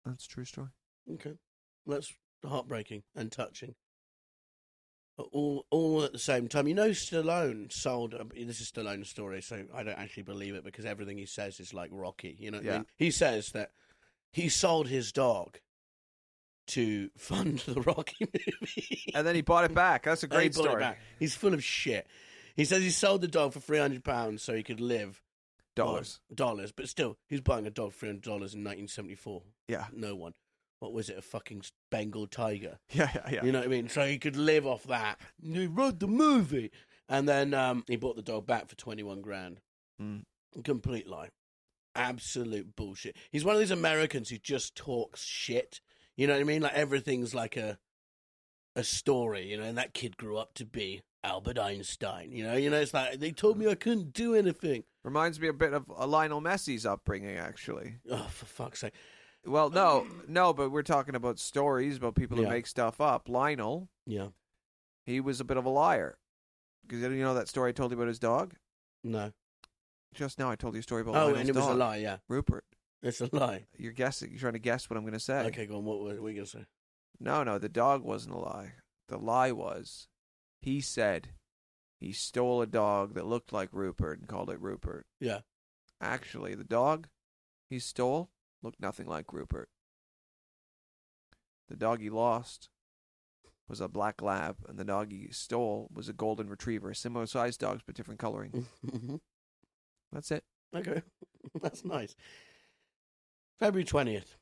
B: That's a true story.
A: Okay. That's heartbreaking and touching. All, all at the same time. You know, Stallone sold. This is Stallone's story, so I don't actually believe it because everything he says is like Rocky. You know, what I
B: Yeah.
A: mean? he says that he sold his dog to fund the Rocky movie.
B: And then he bought it back. That's a
A: And he
B: great
A: bought it
B: story.
A: back. He's full of shit. He says he sold the dog for three hundred pounds so he could live
B: Dollars.
A: on- dollars, but still, who's buying a dog for three hundred dollars in nineteen seventy four?
B: Yeah.
A: no one. What was it? A fucking Bengal tiger.
B: Yeah, yeah, yeah.
A: You know what I mean? So he could live off that. And He wrote the movie, and then um, he bought the dog back for twenty one grand.
B: Mm.
A: Complete lie, absolute bullshit. He's one of these Americans who just talks shit. You know what I mean? Like everything's like a a story. You know, and that kid grew up to be Albert Einstein. You know, you know, it's like they told me I couldn't do anything.
B: Reminds me a bit of uh, Lionel Messi's upbringing, actually.
A: Oh, for fuck's sake!
B: Well, no, no, but we're talking about stories about people who
A: Um, Yeah.
B: make stuff up. Lionel,
A: Yeah,
B: he was a bit of a liar. Because you know that story I told you about his dog?
A: no.
B: Just now I told you a story about
A: oh,
B: Lionel's
A: and it was
B: dog,
A: a lie. Yeah,
B: Rupert.
A: it's a lie.
B: You're guessing. You're trying to guess what I'm going to say.
A: Okay, go on. What were we gonna say?
B: No, no, the dog wasn't a lie. The lie was he said he stole a dog that looked like Rupert and called it Rupert.
A: Yeah.
B: Actually, the dog he stole looked nothing like Rupert. The dog he lost was a black lab, and the dog he stole was a golden retriever, similar sized dogs but different
A: Mm.
B: coloring. Mm-hmm. That's it.
A: Okay, that's nice. February 20th.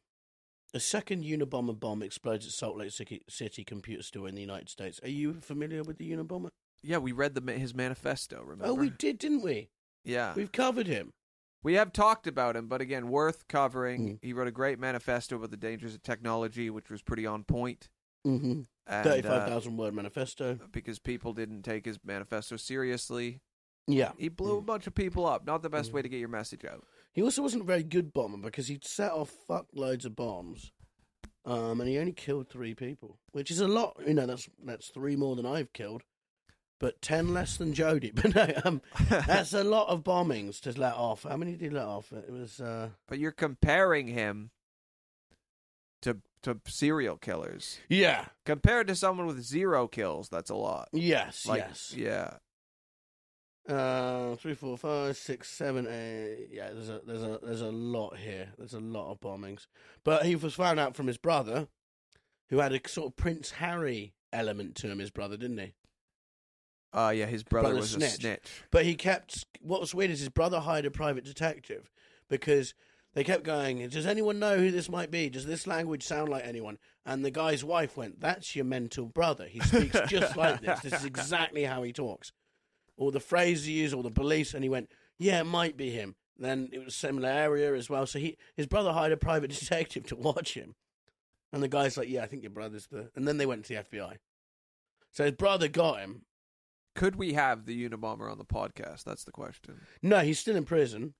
A: A second Unabomber bomb explodes at Salt Lake City, City computer store in the United States. Are you familiar with the Unabomber?
B: Yeah, we read the ma- his manifesto. Remember? Ah.
A: Oh, we did, didn't we?
B: yeah.
A: We've covered him.
B: We have talked about him, but again, worth covering.
A: Mm.
B: He wrote a great manifesto about the dangers of technology, which was pretty on point.
A: Mm-hmm.
B: And, uh,
A: 35,000 word manifesto.
B: because people didn't take his manifesto seriously.
A: Yeah.
B: He blew a bunch of people up. Not the best
A: Mm.
B: way to get your message out.
A: He also wasn't a very good bomber because he'd set off fuckloads of bombs. Um, and he only killed three people, which is a lot. You know, that's that's three more than I've killed, but ten less than Jody. But no, um, That's a lot of bombings to let off. How many did he let off? It was uh
B: but you're comparing him to to serial killers.
A: Yeah.
B: Compared to someone with zero kills, that's a lot.
A: Yes,
B: Like,
A: yes.
B: Yeah.
A: Uh three, four, five, six, seven, eight yeah, there's a there's a there's a lot here. There's a lot of bombings. But he was found out from his brother, who had a sort of Prince Harry element to him, his brother, didn't he?
B: Uh, yeah, his brother,
A: Brother
B: was a
A: snitched.
B: snitch.
A: But he kept. What was weird is his brother hired a private detective because they kept going. Does anyone know who this might be? Does this language sound like anyone? And the guy's wife went, "That's your mental brother. He speaks just like this. This is exactly how he talks, or the phrase he used, or the beliefs." And he went, "Yeah, it might be him." Then it was a similar area as well. So he, his brother hired a private detective to watch him, and the guy's like, "Yeah, I think your brother's the." And then they went to the FBI. So his brother got him.
B: Could we have the Unabomber on the podcast? That's the question.
A: No, he's still in prison.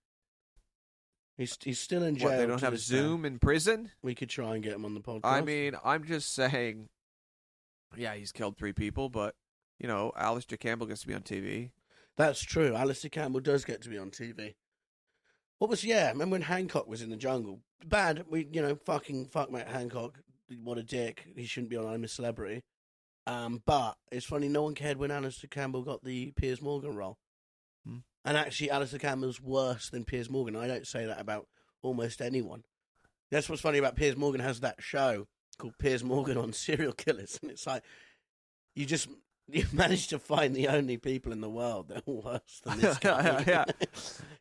A: He's he's still in jail.
B: What, they don't
A: to
B: have
A: this day.
B: Zoom in prison?
A: We could try and get him on the podcast.
B: I mean, I'm just saying. Yeah, he's killed three people, but you know, Alistair Campbell gets to be on TV.
A: that's true. Alistair Campbell does get to be on TV. What was yeah? Remember when Hancock was in the jungle? Bad. We you know fucking fuck mate Hancock. What a dick. He shouldn't be on I'm a Celebrity. Um, but it's funny. No one cared when Alistair Campbell got the Piers Morgan role.
B: Hmm.
A: And actually, Alistair Campbell's worse than Piers Morgan. I don't say that about almost anyone. That's what's funny about Piers Morgan has that show called Piers Morgan on serial killers, and it's like you just you managed to find the only people in the world that are worse than this guy.
B: yeah,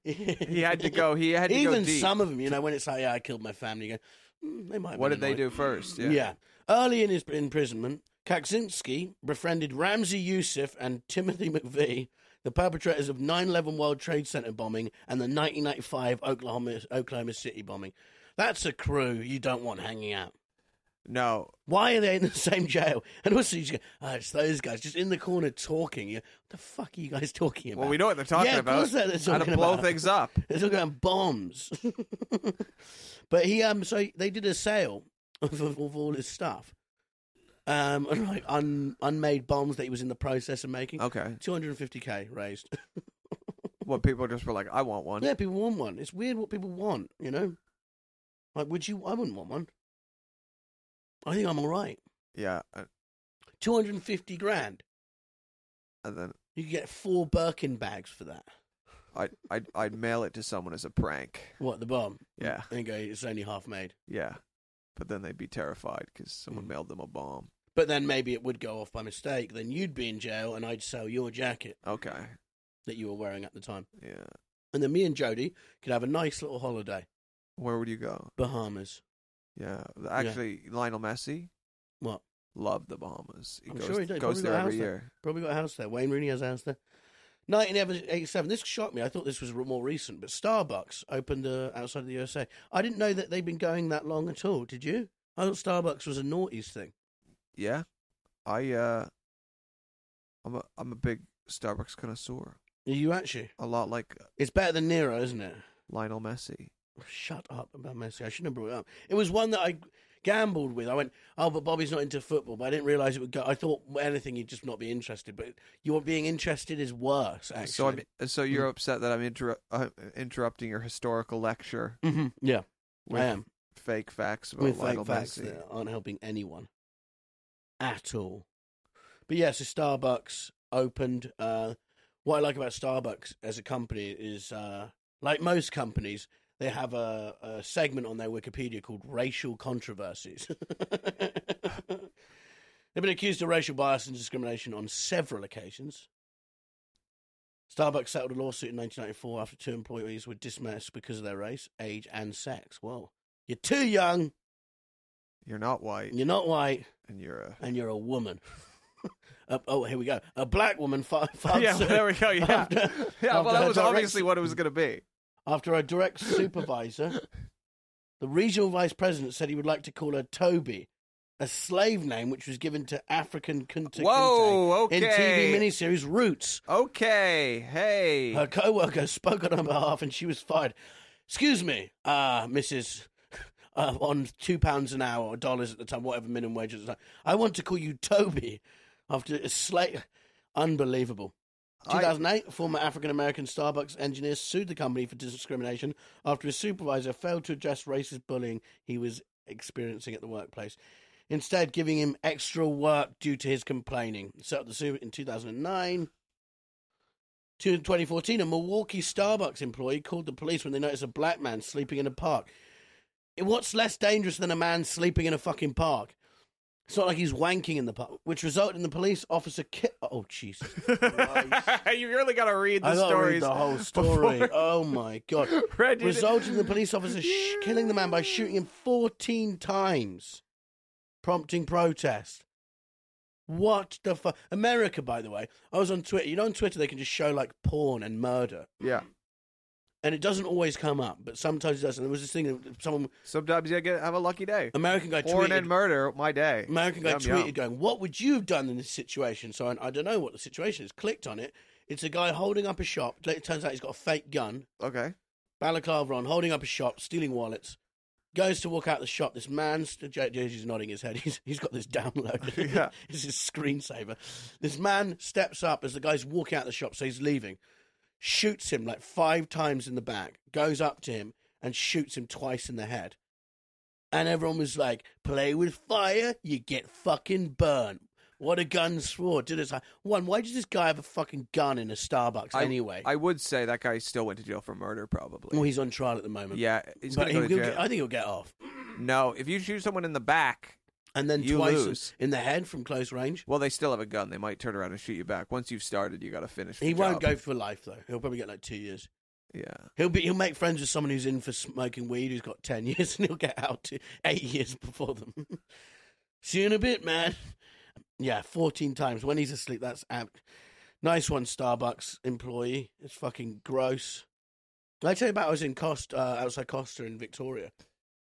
B: he had to go. He had to
A: Even
B: go deep.
A: some of them, you know, when it's like, yeah, I killed my family, you go, "Mm, they might. have
B: what
A: been
B: did they
A: annoyed."
B: do first? Yeah.
A: Yeah. Early in his imprisonment, Kaczynski befriended Ramzi Youssef and Timothy McVeigh, the perpetrators of 9 11 World Trade Center bombing and the 1995 Oklahoma, Oklahoma City bombing. That's a crew you don't want hanging out.
B: No,
A: Why are they in the same jail? And also, you just go, oh, it's those guys just in the corner talking. You, what the fuck are you guys talking about?
B: Well, we know what they're talking
A: yeah,
B: about.
A: Of course they're, they're
B: How
A: talking
B: to blow
A: about.
B: things up.
A: They're talking about bombs. but he um so they did a sale of, of all his stuff. Um and, like un, unmade bombs that he was in the process of making.
B: Okay.
A: Two hundred and fifty K raised.
B: What people just were like, I want one.
A: yeah, people want one. It's weird what people want, you know? Like would you I wouldn't want one. I think I'm alright.
B: Yeah. Uh, And,
A: Two hundred and fifty grand.
B: and then
A: You could get four Birkin bags for that.
B: I I'd, I'd mail it to someone as a prank.
A: What, the bomb?
B: Yeah.
A: And go, it's only half made.
B: Yeah. But then they'd be terrified because
A: Mm.
B: someone mailed them a bomb.
A: But then maybe it would go off by mistake. Then you'd be in jail and I'd sell your jacket.
B: Okay.
A: that you were wearing at the time.
B: Yeah.
A: And then me and Jody could have a nice little holiday,
B: Where would you go?
A: Bahamas.
B: Yeah. Actually, Lionel Messi
A: What?
B: loved the Bahamas. He
A: I'm
B: goes,
A: sure he did. Probably
B: goes there
A: got a
B: every
A: house there.
B: year.
A: Probably got a house there. Wayne Rooney has a house there. 1987. This shocked me. I thought this was re- more recent, but Starbucks opened uh, outside of the USA. I didn't know that they'd been going that long at all. Did you? I thought Starbucks was a noughties thing.
B: Yeah. I uh, I'm a I'm a big Starbucks connoisseur.
A: Are you actually?
B: A lot like
A: It's better than Nero, isn't it?
B: Lionel Messi.
A: Shut up about Messi. I shouldn't have brought it up. It was one that I gambled with. I went, oh, but Bobby's not into football. But I didn't realize it would go. I thought anything he'd just not be interested. But you're being interested is worse. Actually,
B: So I'm so you're
A: Mm.
B: upset that I'm interu- uh, interrupting your historical lecture
A: Mhm. yeah,
B: with
A: I am
B: fake facts about
A: with
B: Lionel
A: fake facts
B: Messi.
A: that aren't helping anyone at all. But yeah, so Starbucks opened. Uh, what I like about Starbucks as a company is, uh, like most companies, they have a, a segment on their Wikipedia called racial controversies. They've been accused of racial bias and discrimination on several occasions. Starbucks settled a lawsuit in 1994 after two employees were dismissed because of their race, age, and sex. Whoa. You're too young,
B: You're not white,
A: you're not white,
B: and you're a
A: and you're a woman. Uh, oh, here we go. A black woman filed, filed
B: yeah. well,
A: suit
B: there we go. Yeah,
A: After-
B: yeah.
A: after
B: Well, that
A: her
B: was
A: direct-
B: obviously what it was going to be.
A: after a direct supervisor, the regional vice president said he would like to call her Toby, a slave name which was given to African Kunta
B: Whoa,
A: Kinte eh? in
B: okay.
A: TV miniseries Roots.
B: Okay. Hey.
A: Her co-worker spoke on her behalf, and she was fired. Excuse me, uh, Mrs. Uh, on two pounds an hour or dollars at the time, whatever minimum wage at the time. I want to call you Toby after a slight, unbelievable.
B: I-
A: 2008, a former African American Starbucks engineer sued the company for discrimination after his supervisor failed to address racist bullying he was experiencing at the workplace, instead giving him extra work due to his complaining. Set up the suit in 2009. To- 2014, a Milwaukee Starbucks employee called the police when they noticed a black man sleeping in a park. What's less dangerous than a man sleeping in a fucking park? It's not like he's wanking in the park, which resulted in the police officer. Ki- oh, Jesus.
B: you really got to read the
A: I gotta
B: stories.
A: read the whole story.
B: before-
A: Oh my god!
B: Read it.
A: Resulted in the police officer sh- killing the man by shooting him fourteen times, prompting protest. What the fuck? America, by the way, I was on Twitter. You know, on Twitter they can just show like porn and murder,
B: Yeah.
A: and it doesn't always come up, but sometimes it does. And there was this thing that someone,
B: Sometimes you get have a lucky day.
A: American guy,
B: Porn
A: tweeted,
B: and murder, my day.
A: American guy
B: Yum, yum.
A: tweeted going, "What would you have done in this situation?" So I, I don't know what the situation is. Clicked on it. It's a guy holding up a shop. It turns out he's got a fake gun.
B: Okay.
A: balaclava on, holding up a shop, stealing wallets. Goes to walk out the shop. This man's JJ's nodding his head. He's he's got this download.
B: Yeah.
A: it's his screensaver. This man steps up as the guy's walking out the shop, so he's leaving. Shoots him like five times in the back. Goes up to him and shoots him twice in the head. And everyone was like, "Play with fire, you get fucking burned." What a gun's for? Did it's like one? Why does this guy have a fucking gun in a Starbucks
B: I-
A: anyway?
B: I would say that guy still went to jail for murder, probably.
A: well, he's on trial at the moment.
B: yeah, he's
A: Mm. But
B: gonna go
A: he'll
B: to
A: get-
B: jail.
A: I think he'll get off.
B: No, if you shoot someone in the back,
A: and then
B: You
A: twice
B: lose.
A: in the head from close range.
B: Well, they still have a gun. They might turn around and shoot you back. Once you've started, you got to finish. the
A: He won't
B: job.
A: go for life though. He'll probably get like two years.
B: Yeah.
A: He'll be he'll make friends with someone who's in for smoking weed who's got ten years, and he'll get out to eight years before them. See you in a bit, man. Yeah, fourteen times when he's asleep. That's ab- nice one, Starbucks employee. It's fucking gross. Did I tell you about I was in Costa uh, outside Costa in Victoria,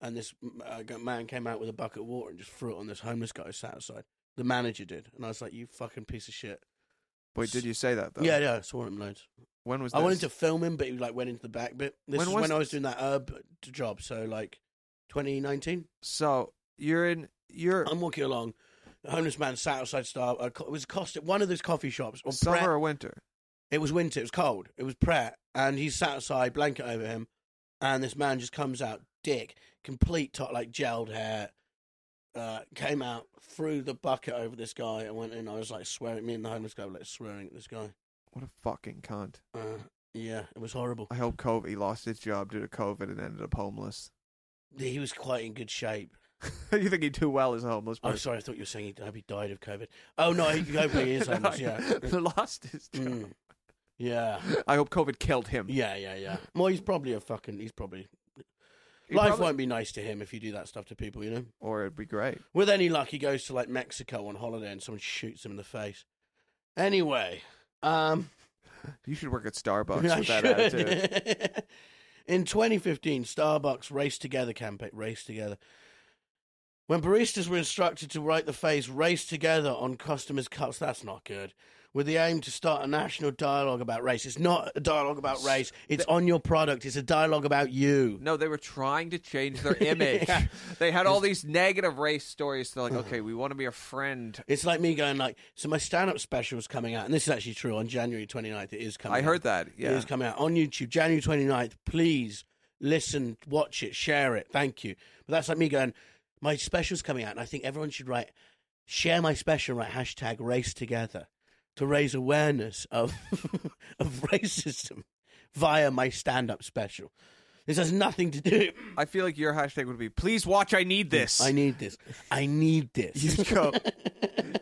A: and this uh, g- man came out with a bucket of water and just threw it on this homeless guy who sat outside. The manager did, and I was like, "You fucking piece of shit."
B: Wait, did you say that though?
A: Yeah, yeah, I saw him loads.
B: When was
A: I
B: this?
A: wanted to film him, but he like went into the back bit. This
B: When
A: is
B: was
A: when I was
B: this?
A: doing that herb t- job, so like 2019.
B: So you're in. You're
A: I'm walking along, a homeless man sat outside Star. Uh, co- it was cost at one of those coffee shops. Or
B: summer
A: Pret.
B: or winter.
A: It was winter. It was cold. It was Pret, and he sat outside, blanket over him, and this man just comes out, dick, complete top, like gelled hair. Uh, came out, threw the bucket over this guy, and went in. I was like swearing. Me and the homeless guy were like swearing at this guy.
B: What a fucking cunt.
A: Uh, yeah, it was horrible.
B: I hope COVID he lost his job due to COVID and ended up homeless.
A: He was quite in good shape.
B: you think he'd do well as a homeless
A: Oh,
B: person?
A: sorry. I thought you were saying he, I hope he died of COVID. Oh no, he, hopefully he is homeless. Yeah,
B: lost his job.
A: Mm. yeah,
B: I hope COVID killed him.
A: yeah, yeah, yeah. Well, he's probably a fucking. He's probably
B: He
A: life
B: probably-
A: won't be nice to him if you do that stuff to people. You know.
B: Or it'd be great.
A: With any luck, he goes to like Mexico on holiday and someone shoots him in the face. Anyway, um,
B: You should work at Starbucks
A: I
B: with that
A: should.
B: attitude.
A: in 2015, Starbucks Race Together campaign. Race Together. When baristas were instructed to write the phrase race together on customers' cups, that's not good. With the aim to start a national dialogue about race. It's not a dialogue about race. It's on your product. It's a dialogue about you.
B: No, they were trying to change their image.
A: Yeah.
B: They had all these negative race stories. They're like, okay, we want to be a friend.
A: It's like me going like, so my stand-up special is coming out, and this is actually true on January 29th. It is coming
B: I
A: out.
B: heard that.
A: It
B: Yeah.
A: is coming out on YouTube January 29th. Please listen, watch it, share it. Thank you. But that's like me going, my special's coming out, and I think everyone should write, share my special, and write hashtag race together to raise awareness of, of racism via my stand up special. This has nothing to do.
B: I feel like your hashtag would be, please watch, I need this.
A: I need this. I need this.
B: You'd go,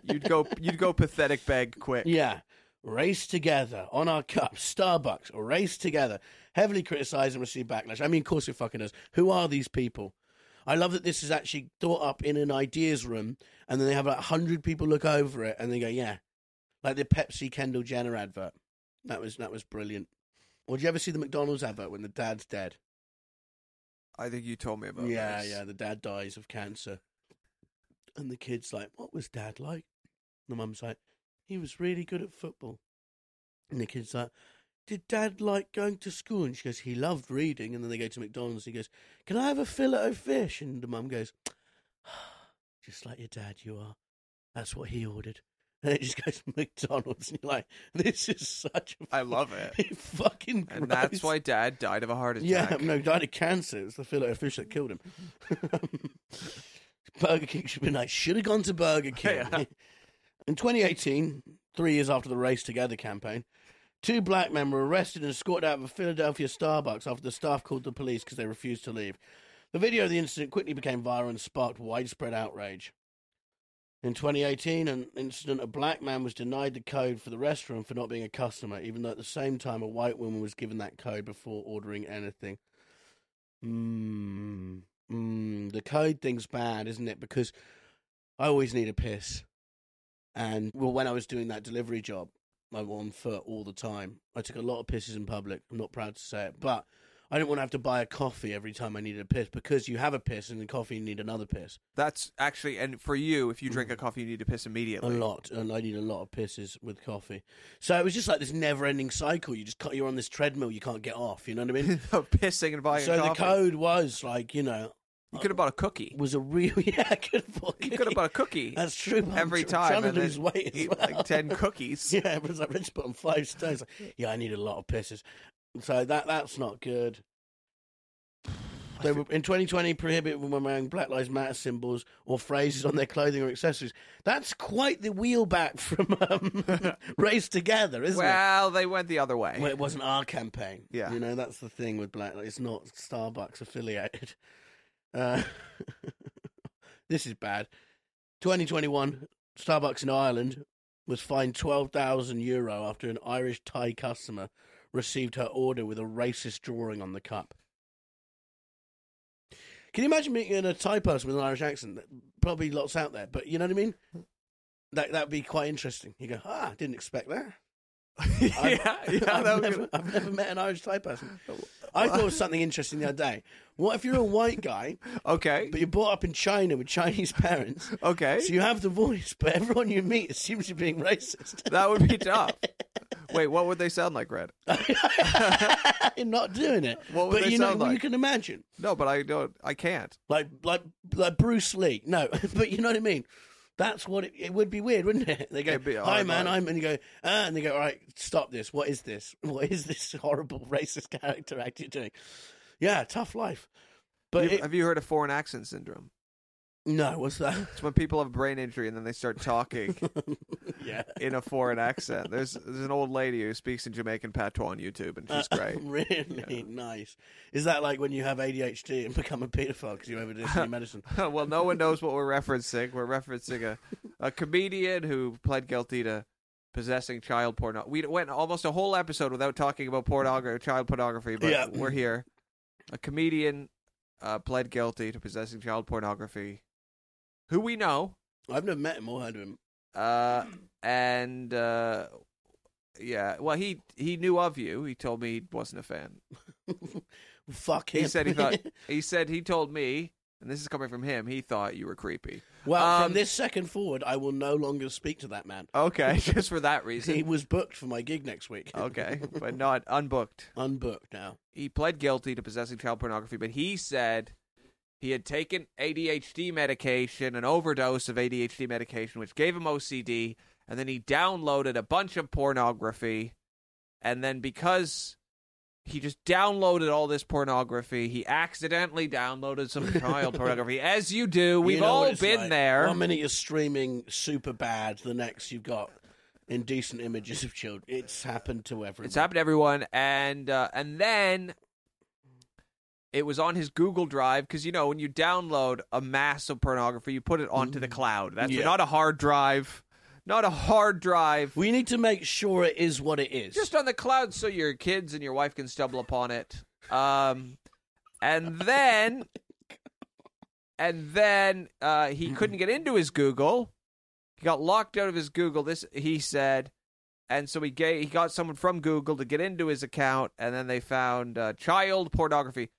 B: you'd go, you'd go pathetic bag quick.
A: Yeah. Race together on our cups. Starbucks, race together. Heavily criticized and received backlash. I mean, of course it fucking does. Who are these people? I love that this is actually thought up in an ideas room and then they have like 100 people look over it and they go, yeah. Like the Pepsi Kendall Jenner advert. That was that was brilliant. Or did you ever see the McDonald's advert when the dad's dead?
B: I think you told me about
A: yeah,
B: this.
A: yeah. The dad dies of cancer, and the kid's like, "What was dad like?" The mum's like, "He was really good at football." And the kid's like, "Did dad like going to school?" And she goes, "He loved reading." And then they go to McDonald's. And he goes, "Can I have a fillet of fish?" And the mum goes, "Just like your dad, you are. That's what he ordered." And it just goes McDonald's, and you're like, "This is such a
B: I love it.
A: fucking."
B: And that's
A: gross-
B: why dad died of a heart
A: yeah,
B: attack.
A: no, he died of cancer. It was the fillet of fish that killed him. Burger King should be nice. Should have gone to Burger King.
B: Yeah.
A: In 2018, three years after the Race Together campaign, two black men were arrested and escorted out of a Philadelphia Starbucks after the staff called the police because they refused to leave. The video of the incident quickly became viral and sparked widespread outrage. In 2018, an incident a black man was denied the code for the restaurant for not being a customer, even though at the same time a white woman was given that code before ordering anything. Mm, mm, the code thing's bad, isn't it? Because I always need a piss. And well, when I was doing that delivery job, I was on foot all the time. I took a lot of pisses in public. I'm not proud to say it, but I didn't want to have to buy a coffee every time I needed a piss because you have a piss and the coffee you need another piss.
B: That's actually, and for you, if you drink a coffee, you need to piss
A: A
B: immediately.
A: lot, and I need a lot of pisses with coffee. So it was just like this never-ending cycle. You just cut. You're on this treadmill. You can't get off. You know what I mean?
B: of pissing and buying
A: so
B: a
A: the
B: coffee.
A: code was like, you know,
B: you could have bought a cookie.
A: was a real. Yeah, I could have bought.
B: You could have bought a cookie
A: That's true. but I'm
B: every
A: tr-
B: time.
A: trying to
B: and then
A: lose weight as
B: eat
A: well.
B: like 10 cookies.
A: Yeah, everyone's like Rich, but I'm five stones. Like, yeah, I need a lot of pisses. So that that's not good. They were in 2020 prohibited from wearing Black Lives Matter symbols or phrases on their clothing or accessories. That's quite the wheel back from um, Race Together, isn't
B: well, they went the other way.
A: it? Well, it wasn't our campaign.
B: Yeah.
A: you know that's the thing with Black. It's not Starbucks affiliated. Uh, this is bad. 2021, Starbucks in Ireland was fined 12,000 euro after an Irish Thai customer received her order with a racist drawing on the cup. Can you imagine being a Thai person with an Irish accent? Probably lots out there, but you know what I mean? That that'd be quite interesting. You go, ah, didn't expect that. I've-
B: yeah, yeah, that
A: I've,
B: would be-
A: never, I've never met an Irish Thai person. I thought of something interesting the other day. What if you're a white guy,
B: okay,
A: but you're brought up in China with Chinese parents?
B: okay.
A: So you have the voice, but everyone you meet assumes you're being racist.
B: That would be tough. Wait, what would they sound like, Red?
A: you're not doing it.
B: What would
A: but
B: they
A: you know,
B: sound
A: well, you
B: like?
A: can imagine,
B: No, but I don't. I can't.
A: like like like Bruce Lee. No, but you know what I mean. That's what it, it would be weird, wouldn't it? They go,
B: It'd be
A: "Hi,
B: odd,
A: man,
B: like-
A: I'm," and you go, "Ah," and they go, "All right, stop this. What is this? What is this horrible racist character act you're doing?" Yeah, tough life. But
B: You-
A: it-
B: have you heard of foreign accent syndrome?
A: no, what's that?
B: It's when people have brain injury and then they start talking
A: yeah,
B: in a foreign accent. There's there's an old lady who speaks in Jamaican patois on YouTube, and she's
A: Uh,
B: great.
A: really nice. Is that like when you have ADHD and become a paedophile because you overdose on your medicine?
B: well, no one knows what we're referencing. We're referencing a, a comedian who pled guilty to possessing child porn. We went almost a whole episode without talking about pornography, child pornography, but
A: Yeah.
B: we're here. A comedian uh, pled guilty to possessing child pornography, who we know,
A: I've never met him or heard of him.
B: uh, and uh, yeah, well, he he knew of you. He told me he wasn't a fan.
A: Fuck him.
B: He said he thought he said he told me, and this is coming from him. He thought you were creepy.
A: well,
B: um,
A: from this second forward, I will no longer speak to that man.
B: Okay, just for that
A: He
B: reason.
A: was booked for my gig next week.
B: Okay, but not unbooked.
A: Unbooked now.
B: He pled guilty to possessing child pornography, but he said he had taken ADHD medication, an overdose of ADHD medication, which gave him OCD, and then he downloaded a bunch of pornography. And then because he just downloaded all this pornography, he accidentally downloaded some child pornography, as you do. We've
A: You know what
B: all
A: it's
B: been
A: like.
B: there.
A: One minute you're streaming super bad, the next you've got indecent images of children. It's happened to everyone.
B: It's happened to everyone, and uh, and then it was on his Google Drive because you know when you download a mass of pornography, you put it onto the cloud. That's
A: Yeah.
B: not a hard drive, not a hard drive,
A: We need to make sure it is what it is.
B: just on the cloud, so your kids and your wife can stumble upon it. Um, and then, and then uh, he couldn't get into his Google. He got locked out of his Google. This he said, and so he gave, he got someone from Google to get into his account, and then they found uh, child pornography.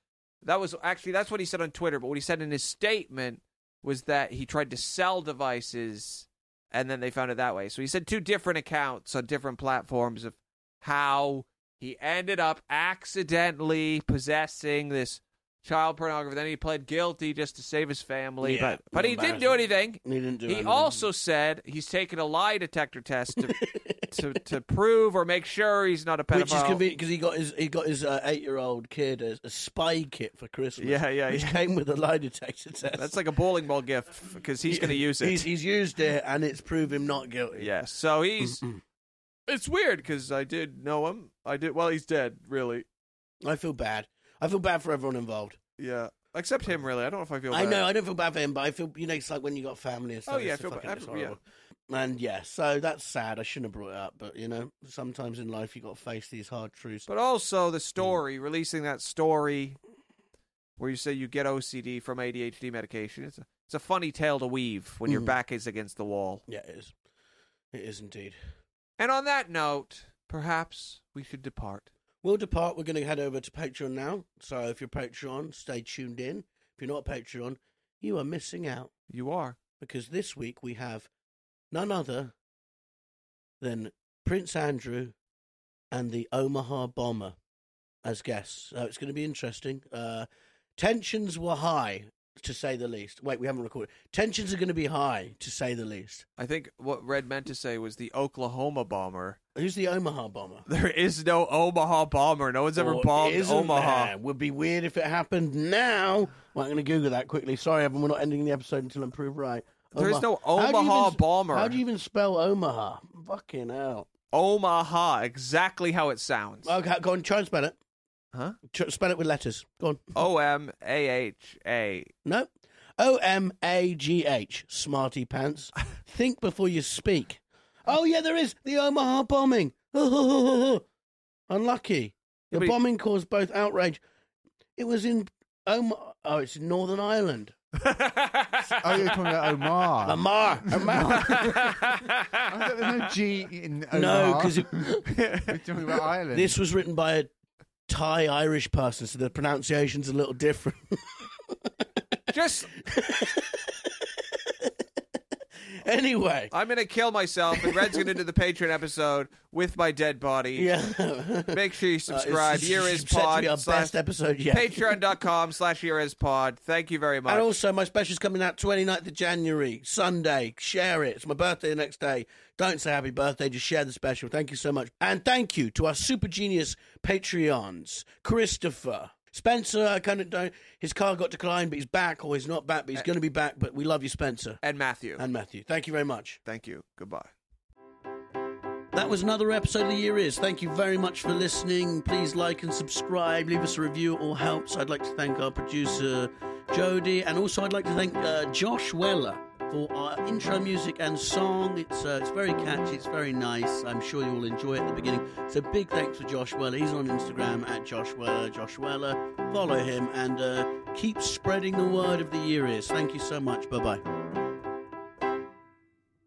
B: That was actually that's what he said on Twitter. But what he said in his statement was that he tried to sell devices, and then they found it that way. So he said two different accounts on different platforms of how he ended up accidentally possessing this child pornography. Then he pled guilty just to save his family,
A: Yeah,
B: but but he didn't do
A: embarrassing.
B: anything.
A: He didn't do
B: He
A: anything.
B: also said he's taken a lie detector test to, to, to prove or make sure he's not a pedophile.
A: Which is convenient because he got his he got his uh, eight year old kid a, a spy kit for Christmas.
B: Yeah, yeah,
A: Which
B: yeah.
A: came with a lie detector test.
B: That's like a bowling ball gift because he's going to use it.
A: He's, he's used it and it's proved him not guilty.
B: Yes. So
A: Mm-hmm.
B: he's. It's weird because I did know him. I did. Well, he's dead, really.
A: I feel bad. I feel bad for everyone involved.
B: Yeah. Except him, really. I don't know if I feel.
A: I
B: bad.
A: know I don't feel bad for him, but I feel you know it's like when you got family and stuff.
B: Oh, yeah,
A: it's
B: I feel
A: fucking-
B: bad.
A: it's
B: I- yeah.
A: horrible. And yeah, so that's sad. I shouldn't have brought it up, but you know, sometimes in life you got to face these hard truths.
B: But also
A: Hmm.
B: the story, releasing that story, where you say you get OCD from ADHD medication. It's a, it's a funny tale to weave when your
A: Mhm.
B: back is against the wall.
A: yeah, it is. It is indeed.
B: And on that note, perhaps we should depart.
A: We'll depart. We're going to head over to Patreon now. So if you're Patreon, stay tuned in. If you're not Patreon, you are missing out
B: You are.
A: because this week we have none other than Prince Andrew and the Omaha Bomber as guests. So it's going to be interesting. Uh, tensions were high, to say the least. Wait, we haven't recorded. Tensions are going to be high, to say the least.
B: I think what Red meant to say was the Oklahoma bomber.
A: Who's the Omaha Bomber?
B: There is no Omaha bomber. No one's ever
A: Or
B: bombed
A: isn't
B: Omaha.
A: there? Would be weird if it happened now. Well, I'm going to Google that quickly. Sorry, everyone. We're not ending the episode until I'm proved right.
B: There is no
A: How do you
B: Omaha
A: even-
B: bomber.
A: How do you even spell Omaha? Fucking hell.
B: Omaha, exactly how it sounds.
A: Okay, go on. Try and spell it.
B: Huh?
A: Tr- Spell it with letters. Go on.
B: O M A H A.
A: No. O M A G H, smarty pants. Think before you speak. Oh, yeah, there is the Omaha bombing. Unlucky. The
B: Nobody-
A: bombing caused both outrage. It was in Omaha. Oh, it's in Northern Ireland.
C: Oh, you're talking about Omar.
A: Lamar.
C: I don't- There's no G in Omar.
A: no, because
C: we're talking about Ireland.
A: this was written by a Thai Irish person, so the pronunciation's a little different.
B: Just,
A: anyway.
B: I'm gonna kill myself, and Red's gonna do the Patreon episode with my dead body.
A: Yeah.
B: Make sure you subscribe.
A: It's
B: Year is
A: set to
B: pod.
A: be our
B: slash-
A: best episode yet.
B: Patreon.com slash year is pod. Thank you very much.
A: And also, my special's coming out 29th of January, Sunday. Share it. It's my birthday the next day. Don't say happy birthday, just share the special. Thank you so much. And thank you to our super genius Patreons, Christopher. Spencer, I kind of don't. His car got declined, but he's back, or he's not back,
B: Uh,
A: but he's going to be back. But we love you, Spencer
B: and Matthew.
A: and Matthew. Thank you very much.
B: Thank you. Goodbye.
A: That was another episode of The Year Is. Thank you very much for listening. Please like and subscribe. Leave us a review. It all helps. I'd like to thank our producer, Jody. And also, I'd like to thank uh, Josh Weller for our intro music and song. It's, uh, it's very catchy. It's very nice. I'm sure you'll enjoy it at the beginning. So big thanks for Josh Weller. He's on Instagram at Josh Weller. Josh Weller. Follow him and uh, keep spreading the word of The Year Is. Thank you so much. Bye-bye.